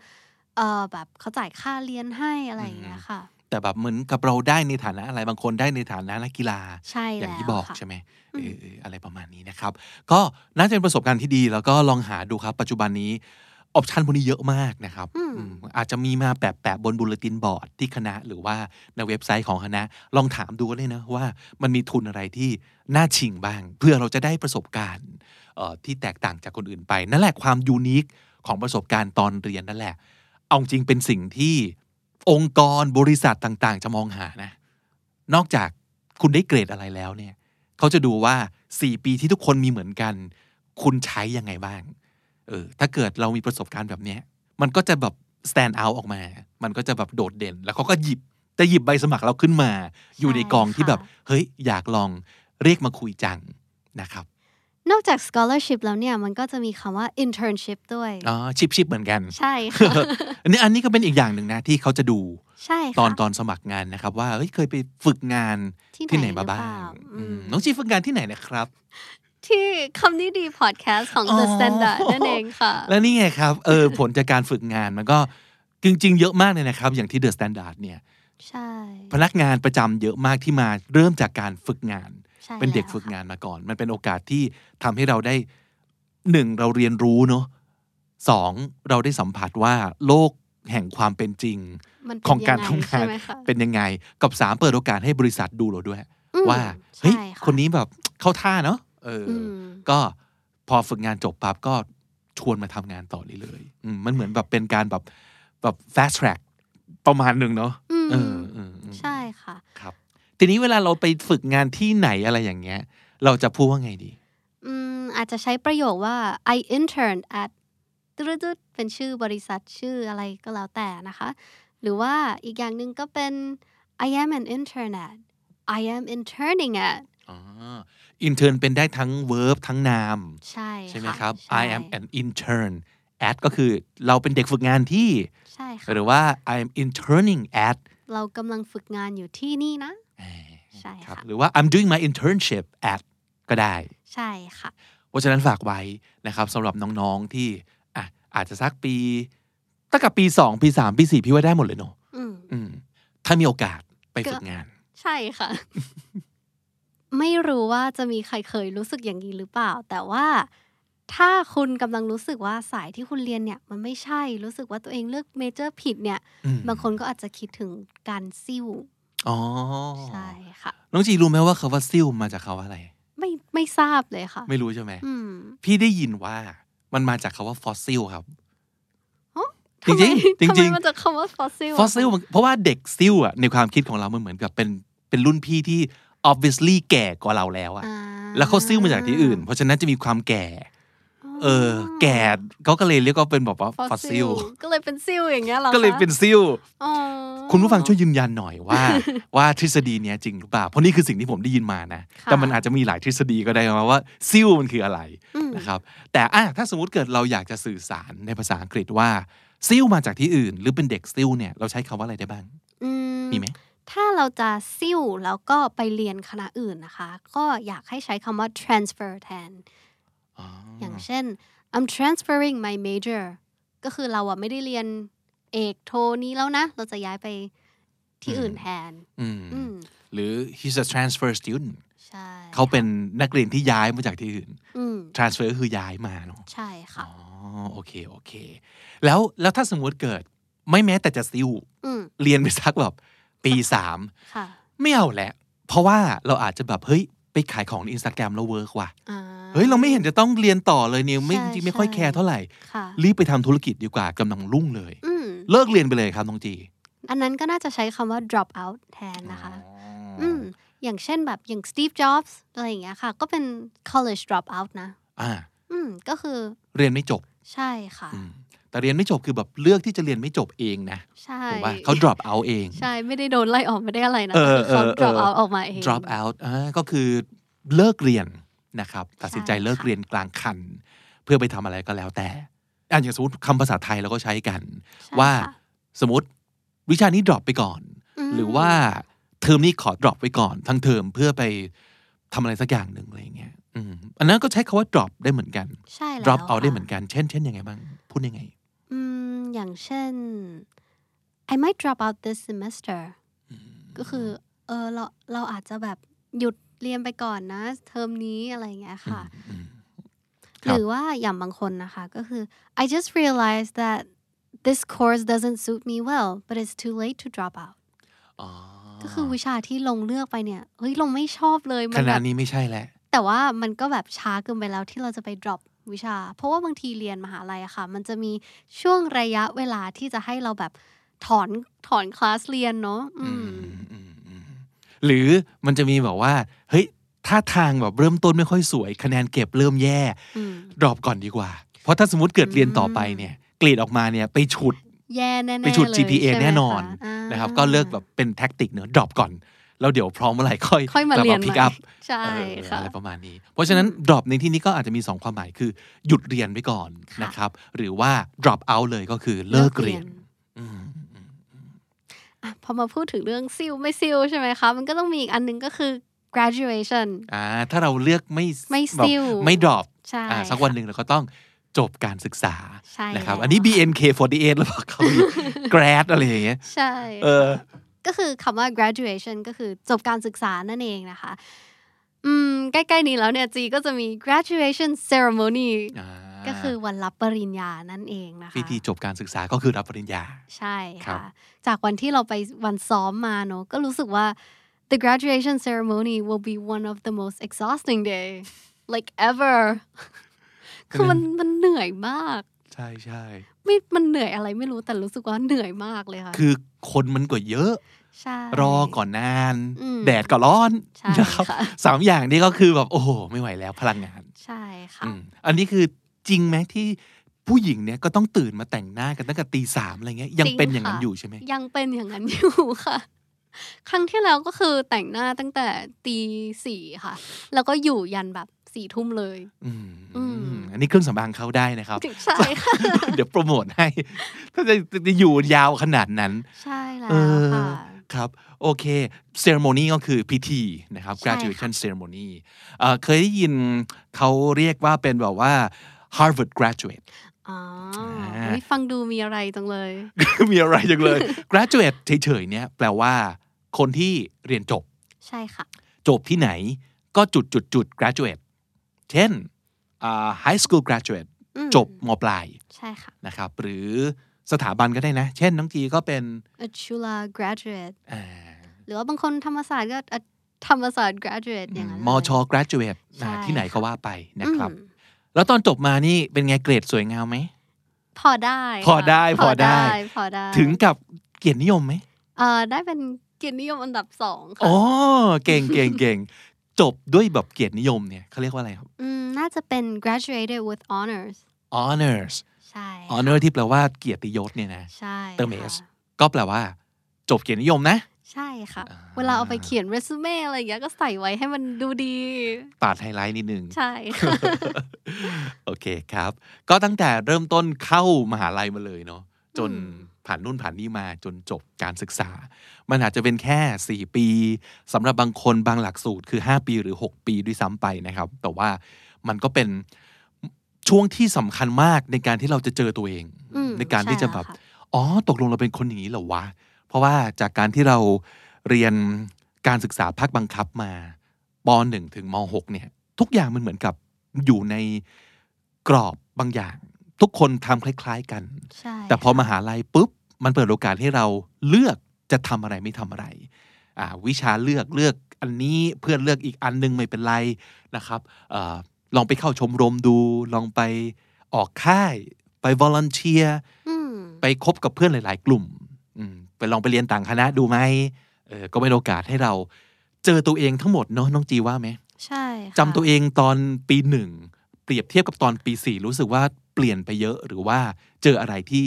Speaker 4: เอ่อแบบเขาจ่ายค่าเรียนให้อะไรอย่างเงี้ยค่ะ
Speaker 1: แต่แบบเหมือนกับเราได้ในฐานะอะไรบางคนได้ในฐานะนักกีฬา
Speaker 4: ใช่
Speaker 1: อย่าง
Speaker 4: แล้ว
Speaker 1: ที่บอก
Speaker 4: ค่ะ
Speaker 1: ใช่ไหม
Speaker 4: อืม
Speaker 1: เออเอออะไรประมาณนี้นะครับ ก็น่าจะเป็นประสบการณ์ที่ดี แล้วก็ลองหาดูครับ ปัจจุบันนี้ออปชันพวกนี้เยอะมากนะครับอืมอาจจะมีมาแปะแปะบนบูลเลตินบอร์ดที่คณะหรือว่าในเว็บไซต์ของคณะ ลองถามดูก็ได้นะว่ามันมีทุนอะไรที่น่าชิงบ้าง เพื่อเราจะได้ประสบการณ์เอ่อที่แตกต่างจากคนอื่นไป นั่นแหละความยูนิคของประสบการณ์ตอนเรียนนั่นแหละ เอาจริงเป็นสิ่งที่องค์กรบริษัทต่างๆ จะมองหานะ นอกจากคุณได้เกรดอะไรแล้วเนี่ย เขาจะดูว่า 4 ปีที่ทุกคนมีเหมือนกัน คุณใช้ยังไงบ้าง เออ ถ้าเกิดเรามีประสบการณ์แบบเนี้ย มันก็จะแบบ stand out ออกมา มันก็จะแบบโดดเด่น แล้วเขาก็หยิบ จะหยิบใบสมัครเราขึ้นมา อยู่ในกองที่แบบ เฮ้ย อยากลองเรียกมาคุยจังนะครับ
Speaker 4: นอกจาก scholarship แล้วเนี่ย มันก็จะมีคำว่า internship ด้วย
Speaker 1: อ๋อ ชิปชิปเหมือน กัน
Speaker 4: ใช่ ค่ะ
Speaker 1: อันนี้อันนี้ก็เป็นอีกอย่างหนึ่งนะที่เขาจะดู
Speaker 4: ใช่ค่ะ
Speaker 1: ตอนตอนสมัครงานนะครับ ว่าเฮ้ยเคยไปฝึกงานที่ไหนมาบ้า
Speaker 4: หรื
Speaker 1: ง
Speaker 4: อเปล่
Speaker 1: อื
Speaker 4: อื
Speaker 1: ม
Speaker 4: ม
Speaker 1: น้องจีฝึกงานที่ไหนนะครับ
Speaker 4: ที่คำนี้ดีพอดแคสต์ของ
Speaker 1: อ๋
Speaker 4: The
Speaker 1: อ
Speaker 4: Standard นั่นเองค่ะ
Speaker 1: แล้วนี่ไงครับ เอ อ ผลจากการฝึกงานมันก็จริง ๆ เยอะมากเลยนะครับ อย่างที่เดอะสแตนดาร์ดเนี่ย
Speaker 4: ใช่
Speaker 1: พนักงานประจำเยอะมากที่มาเริ่มจากการฝึกงาน
Speaker 4: ใช่
Speaker 1: เป็นเด็ก
Speaker 4: แล้ว
Speaker 1: ฝึกงานมาก่อน มันเป็นโอกาสที่ทำให้เราได้หนึ่งเราเรียนรู้เนาะสองเราได้สัมผัสว่าโลกแห่งความเป็นจริง
Speaker 4: มันเป็น
Speaker 1: ของการ
Speaker 4: ยั
Speaker 1: ทำงา
Speaker 4: ใช่
Speaker 1: น
Speaker 4: ไหมคะ
Speaker 1: เป็นยังไง กับสามเปิดโอกาสให้บริษัทดูเราด้วย
Speaker 4: อืม
Speaker 1: ว่าเฮ้ย
Speaker 4: ใช่ะ
Speaker 1: คนนี้แบบเข้าท่าเนาะเอออ
Speaker 4: ม
Speaker 1: ก็พอฝึกงานจบปั๊บก็ชวนมาทำงานต่อเลยเลยอืมมันเหมือนแบบเป็นการแบบแบบ fast track ประมาณหนึ่งเนาะ
Speaker 4: อืม
Speaker 1: เอออืมอืม
Speaker 4: ใช่ค่ะ
Speaker 1: ครับ ทีนี้เวลาเราไปฝึกงานที่ไหนอะไรอย่างเงี้ย เราจะพูดว่าไงดี
Speaker 4: อืมอาจจะใช้ประโยคว่า I interned at ตึ๊ดๆเป็นชื่อบริษัทชื่ออะไรก็แล้วแต่นะคะ หรือว่าอีกอย่างหนึ่งก็เป็น I am an intern at I am interning at
Speaker 1: อ๋ออินเทอร์นเป็นได้ทั้ง verb ทั้งนาม
Speaker 4: ใช่
Speaker 1: ใช่ไหมครับ
Speaker 4: ะใช่
Speaker 1: I am an intern at ก็คือเราเป็นเด็กฝึกงานที่
Speaker 4: ใช่ค่ะ
Speaker 1: หรือว่า I am interning at
Speaker 4: เรากำลังฝึกงานอยู่ที่นี่นะ ใช่
Speaker 1: ครับ
Speaker 4: ค่ะ
Speaker 1: หรือว่า I'm doing my internship at ก็ได้
Speaker 4: ใช่ค่ะ
Speaker 1: เพราะฉะนั้นฝากไว้นะครับสำหรับน้องๆที่อ่ะอาจจะสักปีตั้งแต่ปี 2 ปี 3 ปี 4 พี่ว่าได้หมดเลยเนอะ
Speaker 4: อืม
Speaker 1: อืมถ้ามีโอกาสไปฝึกงาน
Speaker 4: ใช่ค่ะ ไม่รู้ว่าจะมีใครเคยรู้สึกอย่างนี้หรือเปล่า แต่ว่าถ้าคุณกำลังรู้สึกว่าสายที่คุณเรียนเนี่ย มันไม่ใช่รู้สึกว่าตัวเองเลือกเมเจอร์ผิดเนี่ย
Speaker 1: อืม
Speaker 4: บางคนก็อาจจะคิดถึงการซิ่ว
Speaker 1: อ๋อ
Speaker 4: ใช่ค่ะ
Speaker 1: น้องจีรู้ไหมว่าคาว่าซิ่วมาจากคาว่าอะไร
Speaker 4: ไม่ไม่ทราบเลยค่ะ
Speaker 1: ไม่รู้ใช่ไหม
Speaker 4: อืม
Speaker 1: พี่ได้ยินว่ามันมาจากคาว่าฟอสซิลครับ
Speaker 4: ทำไม
Speaker 1: จริงๆ
Speaker 4: ทำ
Speaker 1: จริ
Speaker 4: ไม
Speaker 1: งๆ
Speaker 4: มันจะคำว่าฟอสซิล
Speaker 1: ฟอสซิลมันเพราะว่าเด็กซิลอะในความคิดของเรา มันเหมือนกับเป็นเป็นรุ่นพี่ที่ obviously แก่กว่าเราแล้วอะแล้วเขาซิลมาจากที่อื่น เพราะฉะนั้นจะมีความแก่ เออ แก่เขาก็เลยเรียกว่าเป็นแบบว่า
Speaker 4: ฟอ
Speaker 1: ฟอส
Speaker 4: ส
Speaker 1: ซิ
Speaker 4: ซิ
Speaker 1: ล
Speaker 4: ลก็เลยเป็นซิลอย่างเงี้ยหรอคะ
Speaker 1: ก็เลยเป็นซิล
Speaker 4: อ๋อ
Speaker 1: คุณผู้ฟังช่วยยืนยันหน่อยว่า ว่าทฤษฎีเนี้ยจริงหรือเปล่า เพราะนี่คือสิ่งที่ผมได้ยินมานะ แต่มันอาจจะมีหลายทฤษฎีก็ได้นะว่าซิลมันคืออะไร
Speaker 4: อืม
Speaker 1: นะครับแต่อ่ะถ้าสมมติเกิดเราอยากจะสื่อสารในภาษาอังกฤษว่าซิ่วมาจากที่อื่น หรือเป็นเด็กซิ่วเนี่ยเราใช้คำว่าอะไรได้บ้าง
Speaker 4: อืม
Speaker 1: มีไหม
Speaker 4: ถ้าเราจะซิ่วแล้วก็ไปเรียนคณะอื่นนะคะ ก็อยากให้ใช้คำว่า transfer แทน
Speaker 1: อ๋อ
Speaker 4: อย่างเช่น I'm transferring my major ก็คือเราอะไม่ได้เรียนเอกโทนี้แล้วนะ เราจะย้ายไปที่อื่นแทน
Speaker 1: อืม
Speaker 4: อืม
Speaker 1: หรือ he's a transfer student
Speaker 4: ใช่
Speaker 1: เขาเป็นนักเรียนที่ย้ายมาจากที่อื่น
Speaker 4: อืม
Speaker 1: transfer คือย้ายมาเนาะ
Speaker 4: ใช่ค่ะ
Speaker 1: อ๋อโอเคโอเค แล้วแล้วถ้าสมมติเกิดไม่แม้แต่จะซิ่ว
Speaker 4: อืม
Speaker 1: เรียนไปสักแบบ ปีสาม
Speaker 4: ค่ะ
Speaker 1: ไม่เอาแหละ เพราะว่าเราอาจจะแบบเฮ้ยไปขายของในอินสตาแกรมแล้วเวิร์กว่ะ
Speaker 4: อ่า
Speaker 1: เฮ้ยเราไม่เห็นจะต้องเรียนต่อเลยเนี่ยไม่
Speaker 4: ใช่
Speaker 1: จริงๆไม่ค่อย
Speaker 4: ใช่
Speaker 1: แคร์เท่าไหร่
Speaker 4: ค่ะ
Speaker 1: รีบไปทำธุรกิจดีกว่ากำลังรุ่งเลย
Speaker 4: อืม
Speaker 1: เลิกเรียนไปเลยครับน้องจี
Speaker 4: อันนั้นก็น่าจะใช้คำว่า drop out แทนนะคะ
Speaker 1: อื
Speaker 4: อืม อย่างเช่นแบบอย่าง Steve Jobs อะไรอย่างเงี้ยค่ะ ก็เป็น college drop out นะ
Speaker 1: อ่า
Speaker 4: อืม ก็คือ
Speaker 1: เรียนไม่จบ
Speaker 4: ใช่ค่ะ
Speaker 1: อืมแต่เรียนไม่จบคือแบบเลือกที่จะเรียนไม่จบเองนะ
Speaker 4: ใช่
Speaker 1: ถูกป่ะเขา drop out เอง
Speaker 4: ใช่ ไม่ได้โดนไล่ออกไม่ได้อะไรนะ
Speaker 1: เออ
Speaker 4: คือ
Speaker 1: เออ
Speaker 4: เขา drop
Speaker 1: เออ
Speaker 4: out ออกมาเอง
Speaker 1: drop out อ่าก็คือเลิกเรียนนะครับ ตัดสินใจ
Speaker 4: ใช่ค่ะ
Speaker 1: เลิกเรียนกลางคัน เพื่อไปทำอะไรก็แล้วแต่อ่ะอย่างสมมติคำภาษาไทยเราก็ใช้กัน
Speaker 4: ใช่
Speaker 1: ว่า
Speaker 4: ค่ะ
Speaker 1: สมมติวิชานี้ drop ไปก่อน
Speaker 4: ม
Speaker 1: หรือว่าเทอมนี้ขอ drop ไว้ก่อน ทั้งเทอมเพื่อไปทำอะไรสักอย่างหนึ่งอะไรอย่างเงี้ยอืมอันนั้นก็ใช้คาว่า drop ได้เหมือนกัน
Speaker 4: ใช่แล้ว
Speaker 1: drop out
Speaker 4: ค่ะ
Speaker 1: ได้เหมือนกัน เช่น เช่นยังไงบ้าง พูดยังไง
Speaker 4: อืมอย่างเช่น I might drop out this semester ก็คือเออเราเราอาจจะแบบหยุดเรียนไปก่อนนะ เทอมนี้อะไรอย่างเงี้ยค่ะ
Speaker 1: อืม ครั
Speaker 4: ห
Speaker 1: บ
Speaker 4: รือว่าอย่างบางคนนะคะก็คือ I just realized that this course doesn't suit me well but it's too late to drop out
Speaker 1: อ๋อ
Speaker 4: ก็คือวิชาที่ลงเลือกไปเนี่ยเฮ้ยลงไม่ชอบเลยมั
Speaker 1: ข
Speaker 4: นแบ
Speaker 1: นาด
Speaker 4: บ
Speaker 1: นี้ไม่ใช่แหละ
Speaker 4: แต่ว่ามันก็แบบช้าเกินไปแล้วที่เราจะไป drop วิชา เพราะว่าบางทีเรียนมหาลัยอะค่ะ มันจะมีช่วงระยะเวลาที่จะให้เราแบบถอนถอนคลาสเรียนเนาะอืม
Speaker 1: อืมอืมหรือมันจะมีแบบว่า เฮ้ยถ้าทางแบบเริ่มต้นไม่ค่อยสวย คะแนนเก็บเริ่มแย่
Speaker 4: อืม
Speaker 1: drop ก่อนดีกว่า เพราะถ้าสมมติเกิดเรียนต่อไปเนี่ยเกรดออกมาเนี่ยไปฉุด
Speaker 4: แย่แน่ๆ
Speaker 1: ไปฉุด
Speaker 4: เลย
Speaker 1: GPA
Speaker 4: ใช่ไหมคะ
Speaker 1: แน่นอน
Speaker 4: อ่า
Speaker 1: นะครับ ก็เลิกแบบเป็นแท็กติกเนอะ drop ก่อน แล้วเดี๋ยวพร้อมเมื่อไหร่ค่อย
Speaker 4: ค่อยมาเรียน
Speaker 1: พิ
Speaker 4: ให
Speaker 1: กอั
Speaker 4: ม่
Speaker 1: พ
Speaker 4: ใช่ค่ะ
Speaker 1: อะไรประมาณนี้ เพราะฉะนั้น drop ในที่นี้ก็อาจจะมี 2 ความหมายคือหยุดเรียนไว้ก่อน
Speaker 4: ค่ะ
Speaker 1: นะครับ หรือว่า drop out เลยก็คือเลิกเรียนอืม
Speaker 4: อ่ะพอมาพูดถึงเรื่องซิลไม่ซิลใช่ไหมคะ มันก็ต้องมีอีกอันหนึงก็คือ graduation
Speaker 1: อ่าถ้าเราเลือกไม่
Speaker 4: ไม่
Speaker 1: แบบ
Speaker 4: ซิ่ว
Speaker 1: ไม่ drop
Speaker 4: ใช่
Speaker 1: อ่าสักวันหนึ่งเราก็ต้องจบการศึกษา
Speaker 4: ใช่
Speaker 1: นะครับ
Speaker 4: แล้ว
Speaker 1: อันนี้ BNK48 หรือเปล่า เขามี grad อะไรอย่างเงี้ย
Speaker 4: ใช่
Speaker 1: เออ
Speaker 4: ก็คือคำว่า graduation ก็คือจบการศึกษานั่นเองนะคะ อืม ใกล้ๆนี้แล้วเนี่ยจีก็จะมี graduation ceremony
Speaker 1: อ่า
Speaker 4: ก็คือวันรับปริญญานั่นเองนะคะ
Speaker 1: พิธีจบการศึกษาก็คือรับปริญญา
Speaker 4: ใช่
Speaker 1: ครั
Speaker 4: ค่ะ
Speaker 1: บ
Speaker 4: จากวันที่เราไปวันซ้อมมาเนอะก็รู้สึกว่า the graduation ceremony will be one of the most exhausting day like ever คือมันมันเหนื่อยมาก
Speaker 1: ใช่ใช่
Speaker 4: ไม่มันเหนื่อยอะไรไม่รู้แต่รู้สึกว่าเหนื่อยมากเลยค่ะ
Speaker 1: คือคนมันก็เยอะ
Speaker 4: ใช่
Speaker 1: รอก่อนนาน
Speaker 4: อืม
Speaker 1: แดดก็ร้อน
Speaker 4: ใช่
Speaker 1: นะครับ
Speaker 4: ค่ะ
Speaker 1: สามอย่างนี้ก็คือแบบ โอ้โห ไม่ไหวแล้วพลังงาน
Speaker 4: ใช่ค่ะ
Speaker 1: อืมอันนี้คือจริงไหมที่ผู้หญิงเนี่ยก็ต้องตื่นมาแต่งหน้ากันตั้งแต่ตีสามอะไรเงี้ยยัง
Speaker 4: จริง
Speaker 1: เป็นอย่างนั้น
Speaker 4: ค่ะ
Speaker 1: อยู่ใช่ไหม
Speaker 4: ยังเป็นอย่างนั้นอยู่ค่ะ ครั้งที่แล้วก็คือแต่งหน้าตั้งแต่ตีสี่ค่ะ แล้วก็อยู่ยันแบบสี่ทุ่มเลย
Speaker 1: อืม
Speaker 4: อืม
Speaker 1: อันนี้เครื่องสำอางเขาได้นะครับ
Speaker 4: ใช่ค่ะ
Speaker 1: เดี๋ยวโปรโมทให้ ถ้าจะจะอยู่ยาวขนาดนั้น
Speaker 4: ใช่แล้ว
Speaker 1: เออ
Speaker 4: ค่ะ
Speaker 1: ครับ โอเค เซอร์โมนีก็คือพิธีนะครับ
Speaker 4: ใช่ค่ะ
Speaker 1: graduation ceremony เอ่อเคยได้ยินเขาเรียกว่าเป็นแบบว่า Harvard graduate
Speaker 4: อ๋อ
Speaker 1: อ่า
Speaker 4: เฮ้ยฟังดูมีอะไรจังเลย
Speaker 1: มีอะไรจังเลย graduate เฉยๆเนี่ยแปลว่าคนที่เรียนจบ
Speaker 4: ใช่ค่ะ
Speaker 1: จบที่ไหนก็จุดจุดจุดๆๆ graduate เช่นอ่า high school graduate
Speaker 4: อืม
Speaker 1: จบมปลาย
Speaker 4: ใช่ค่ะ
Speaker 1: นะครับ หรือสถาบันก็ได้นะ เช่นน้องจีก็เป็น
Speaker 4: a Chula graduate
Speaker 1: อ่า
Speaker 4: หรือว่าบางคนธรรมศาสตร์ก็ a ธรรมศาสตร์ graduate อย่างนั้นเลย
Speaker 1: มช graduate
Speaker 4: ใช่
Speaker 1: อ่าที่ไหนก็
Speaker 4: ค่ะ
Speaker 1: ว่าไปนะครับ
Speaker 4: อืม
Speaker 1: แล้วตอนจบมานี่เป็นไงเกรดสวยงามไหม
Speaker 4: พอได้
Speaker 1: พอได้
Speaker 4: ค่ะ
Speaker 1: พอได้
Speaker 4: พอได้
Speaker 1: ถึงกับเกียรตินิยมไหม
Speaker 4: เออได้เป็นเกียรตินิยมอันดับสองค่ะ
Speaker 1: อ๋อเก่งเก่งเก่งจบด้วยแบบเกียรตินิยมเนี่ยเขาเรียกว่าอะไรครับ
Speaker 4: มน่าจะเป็น graduated with honors
Speaker 1: honors
Speaker 4: ใช่ค่ะ
Speaker 1: honor ที่แปลว่าเกียรติยศเนี่ยนะ
Speaker 4: ใช่
Speaker 1: เติม s
Speaker 4: ค่ะ
Speaker 1: ก็แปลว่า จบเกียรตินิยมนะ
Speaker 4: ใช่ค่ะ
Speaker 1: อ่า
Speaker 4: เวลาเอาไปเขียนเรซูเม่อะไรอย่างเงี้ยก็ใส่ไว้ให้มันดูดี
Speaker 1: ตัดไฮไลท์นิดนึง
Speaker 4: ใช่ค่ะ
Speaker 1: โอเคครับ ก็ตั้งแต่เริ่มต้นเข้ามหาลัยมาเลยเนาะจน
Speaker 4: อืม
Speaker 1: ผ่านนู่นผ่านนี่มาจนจบการศึกษา มันอาจจะเป็นแค่ 4 ปีสำหรับบางคนบางหลักสูตรคือ 5 ปีหรือ 6 ปีด้วยซ้ำไปนะครับ แต่ว่ามันก็เป็นช่วงที่สำคัญมากในการที่เราจะเจอตัวเอง
Speaker 4: อืม
Speaker 1: ในการที่จะแบบ
Speaker 4: ใช่ล้วค่
Speaker 1: อ๋อ ตกลงเราเป็นคนอย่างนี้เหรอวะ เพราะว่าจากการที่เราเรียนการศึกษาภาคบังคับมาป .1 ถึงม .6 เนี่ย ทุกอย่างมันเหมือนกับอยู่ในกรอบบางอย่าง ทุกคนทำคล้าย ๆกัน
Speaker 4: ใช่
Speaker 1: แต่พอมหาลัยปุ๊บ มันเปิดโอกาสให้เราเลือกจะทำอะไรไม่ทำอะไรอ่าวิชาเลือกเลือกอันนี้เพื่อนเลือกอีกอันหนึงไม่เป็นไรนะครับเออลองไปเข้าชมรมดู ลองไปออกค่ายไป volunteer
Speaker 4: อืม
Speaker 1: ไปคบกับเพื่อนหลาย ๆ กลุ่มอืมไปลองไปเรียนต่างคณะดูไหมเออก็เป็นโอกาสให้เราเจอตัวเองทั้งหมดเนาะน้องจีว่าไหม
Speaker 4: ใช่ค่ะ
Speaker 1: จำตัวเองตอนปีหนึ่งเปรียบเทียบกับตอนปีสี่รู้สึกว่าเปลี่ยนไปเยอะหรือว่าเจออะไรที่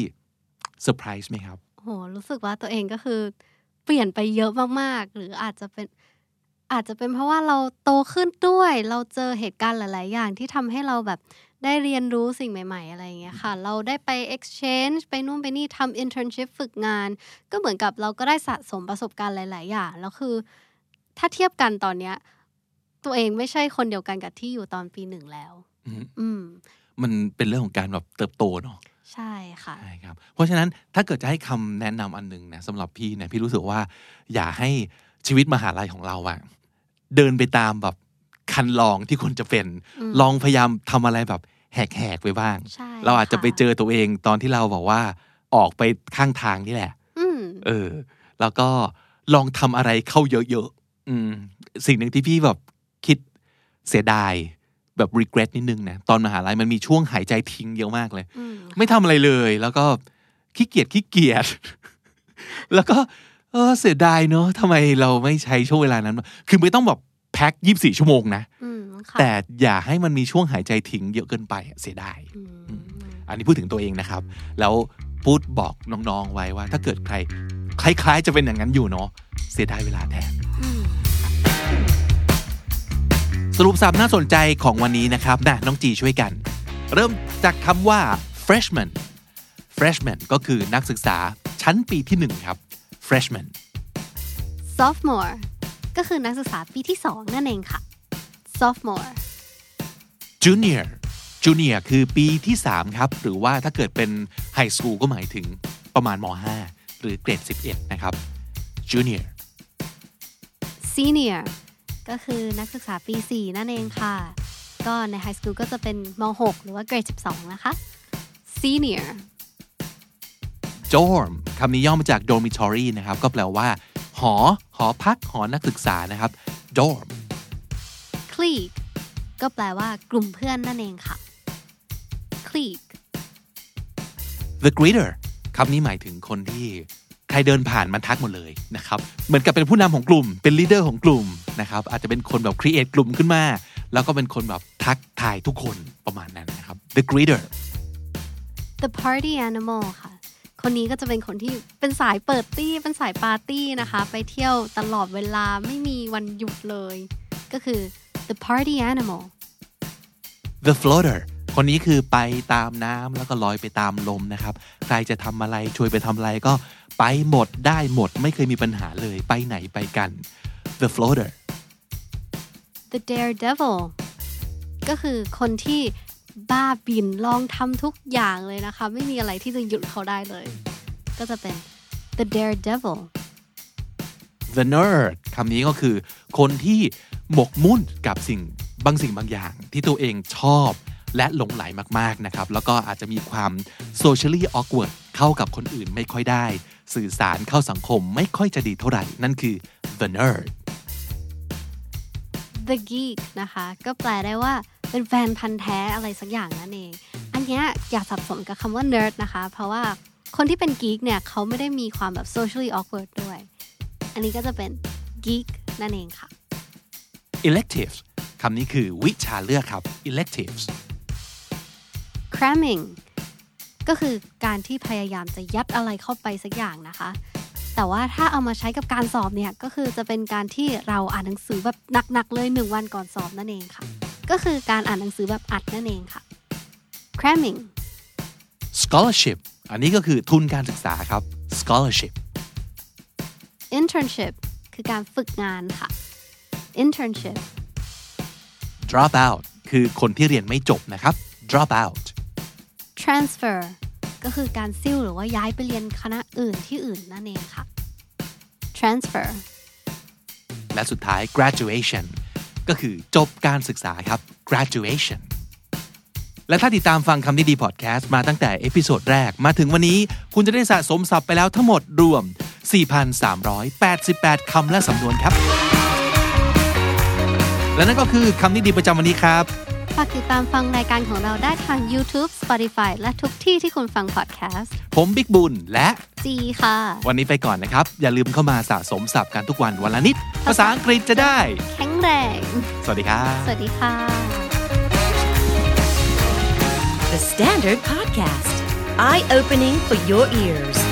Speaker 1: เซอร์ไพรส์ไหมครับ
Speaker 4: โหรู้สึกว่าตัวเองก็คือ เปลี่ยนไปเยอะมากๆ หรืออาจจะเป็น อาจจะเป็นเพราะว่าเราโตขึ้นด้วย เราเจอเหตุการณ์หลาย ๆ อย่างที่ทำให้เราแบบได้เรียนรู้สิ่งใหม่ ๆ อะไรอย่างเงี้ยค่ะ เราได้ไป exchange ไปนู่นไปนี่ทำ internship ฝึกงาน ก็เหมือนกับเราก็ได้สะสมประสบการณ์หลาย ๆ อย่าง แล้วคือ ถ้าเทียบกันตอนเนี้ย ตัวเองไม่ใช่คนเดียวกันกับที่อยู่ตอนปีหนึ่งแล้ว
Speaker 1: อืม
Speaker 4: อืม
Speaker 1: มันเป็นเรื่องของการแบบเติบโตเนาะ
Speaker 4: ใช่ค่ะ
Speaker 1: ใช่ครับ เพราะฉะนั้นถ้าเกิดจะให้คำแนะนำอันหนึงนะสำหรับพี่นะพี่รู้สึกว่า อย่าให้ชีวิตมหาลัยของเราอะเดินไปตามแบบคันลองที่ควรจะเป็น
Speaker 4: อืม
Speaker 1: ลองพยายามทำอะไรแบบแหกๆไปบ้าง
Speaker 4: ใช่
Speaker 1: เราอาจจะไป
Speaker 4: ค่
Speaker 1: เจอตัวเองตอนที่เราบอกว่าออกไปข้างทางนี่แหละ
Speaker 4: อืม
Speaker 1: เออ แล้วก็ลองทำอะไรเข้าเยอะๆอืมสิ่งหนึ่งที่พี่แบบคิดเสียดายแบบ regret นิดนึงนะตอนมหาลัยมันมีช่วงหายใจทิ้งเยอะมากเลย
Speaker 4: อืม
Speaker 1: ไม่ทำอะไรเลย แล้วก็ขี้เกียจขี้เกียจ แล้วก็เออเสียดายเนอะทำไมเราไม่ใช้ช่วงเวลานั้น คือไม่ต้องแบบแพ็คยี่สี่ชั่วโมงนะ
Speaker 4: อืมค่ะ
Speaker 1: แต่อย่าให้มันมีช่วงหายใจทิ้งเยอะเกินไปอะเสียดาย
Speaker 4: อืม
Speaker 1: อันนี้พูดถึงตัวเองนะครับ แล้วพูดบอกน้องๆไว้ว่า ถ้าเกิดใคร คล้ายๆ จะเป็นอย่างนั้นอยู่เนาะเสียดายเวลาแทน
Speaker 4: อืม
Speaker 1: สรุปสามน่าสนใจของวันนี้นะครับนะน้องจีช่วยกัน เริ่มจากคำว่า freshman freshman ก็คือนักศึกษาชั้นปีที่หนึ่งครับ freshman
Speaker 4: sophomore ก็คือนักศึกษาปีที่สองนั่นเองค่ะ sophomore
Speaker 1: junior junior คือปีที่ 3 ครับ หรือว่าถ้าเกิดเป็นไฮสคูลก็หมายถึงประมาณม .5 หรือเกรด 11 นะครับ junior
Speaker 4: senior ก็คือนักศึกษาปีสี่นั่นเองค่ะ ก็ในไฮสคูลก็จะเป็นม .6 หรือว่าเกรด12 นะคะ senior
Speaker 1: dorm คำนี้ย่อมาจาก dormitory นะครับ ก็แปลว่า หอ หอพัก หอนักศึกษานะครับ dorm
Speaker 4: clique ก็แปลว่ากลุ่มเพื่อนนั่นเองค่ะ clique
Speaker 1: the greeter คำนี้หมายถึงคนที่ใครเดินผ่านมันทักหมดเลยนะครับ เหมือนกับเป็นผู้นำของกลุ่ม เป็น leader ของกลุ่มนะครับ อาจจะเป็นคนแบบ create กลุ่มขึ้นมา แล้วก็เป็นคนแบบทักทายทุกคนประมาณนั้นนะครับ the greeter
Speaker 4: the party animal ค่ะ คนนี้ก็จะเป็นคนที่เป็นสายเปิดตี้เป็นสายปาร์ตี้นะคะ ไปเที่ยวตลอดเวลาไม่มีวันหยุดเลย ก็คือ the party animal
Speaker 1: The floater คนนี้คือไปตามน้ำแล้วก็ลอยไปตามลมนะครับ ใครจะทำอะไรชวนไปทำอะไรก็ไปหมดได้หมดไม่เคยมีปัญหาเลยไปไหนไปกัน The floater
Speaker 4: the daredevil ก็คือคนที่บ้าบินลองทำทุกอย่างเลยนะคะ ไม่มีอะไรที่จะหยุดเขาได้เลย ก็จะเป็น the daredevil
Speaker 1: the nerd คำนี้ก็คือ คนที่หมกมุ่นกับสิ่งบางสิ่งบางอย่าง ที่ตัวเองชอบและหลงไหลมากๆนะครับ แล้วก็อาจจะมีความ socially awkward เข้ากับคนอื่นไม่ค่อยได้ สื่อสารเข้าสังคมไม่ค่อยจะดีเท่าไหร่ นั่นคือ the nerd
Speaker 4: the geek นะคะ ก็แปลได้ว่าเป็นแฟนพันธ์แท้อะไรสักอย่างนั่นเอง อันเนี้ยอย่าสับสนกับคำว่า nerd นะคะ เพราะว่าคนที่เป็น geek เนี่ย เขาไม่ได้มีความแบบ socially awkward ด้วย อันนี้ก็จะเป็น geek นั่นเองค่ะ
Speaker 1: electives คำนี้คือวิชาเลือกครับ electives
Speaker 4: cramming ก็คือการที่พยายามจะยัดอะไรเข้าไปสักอย่างนะคะ แต่ว่าถ้าเอามาใช้กับการสอบเนี่ย ก็คือจะเป็นการที่เราอ่านหนังสือแบบหนักๆเลยหนึ่งวันก่อนสอบนั่นเองค่ะ ก็คือการอ่านหนังสือแบบอัดนั่นเองค่ะ cramming
Speaker 1: scholarship อันนี้ก็คือทุนการศึกษาครับ scholarship
Speaker 4: internship คือการฝึกงานค่ะ internship
Speaker 1: drop out คือคนที่เรียนไม่จบนะครับ drop out
Speaker 4: transfer ก็คือการซิ่วหรือว่าย้ายไปเรียนคณะอื่นที่อื่นนั่นเองค่ะ transfer
Speaker 1: และสุดท้าย graduation ก็คือจบการศึกษาครับ graduation และถ้าติดตามฟังคำนี้ดีพอดแคสต์มาตั้งแต่เอพิโซดแรกมาถึงวันนี้ คุณจะได้สะสมศัพท์ไปแล้วทั้งหมดรวม 4,388 คำและสำนวนครับ และนั่นก็คือคำนี้ดีประจำวันนี้ครับ
Speaker 4: ฝากติดตามฟังรายการของเราได้ทาง YouTube Spotify และทุกที่ที่คุณฟัง podcast
Speaker 1: ผมบิ๊กบุญและ
Speaker 4: จีค่ะ
Speaker 1: วันนี้ไปก่อนนะครับ อย่าลืมเข้ามาสะสมศัพท์กันทุกวันวันละนิด ภาษาอังกฤษจะได้
Speaker 4: แข็งแรง
Speaker 1: สวัสดีครับ
Speaker 4: สวัสดีค่ะ
Speaker 3: The Standard Podcast, eye opening for your ears.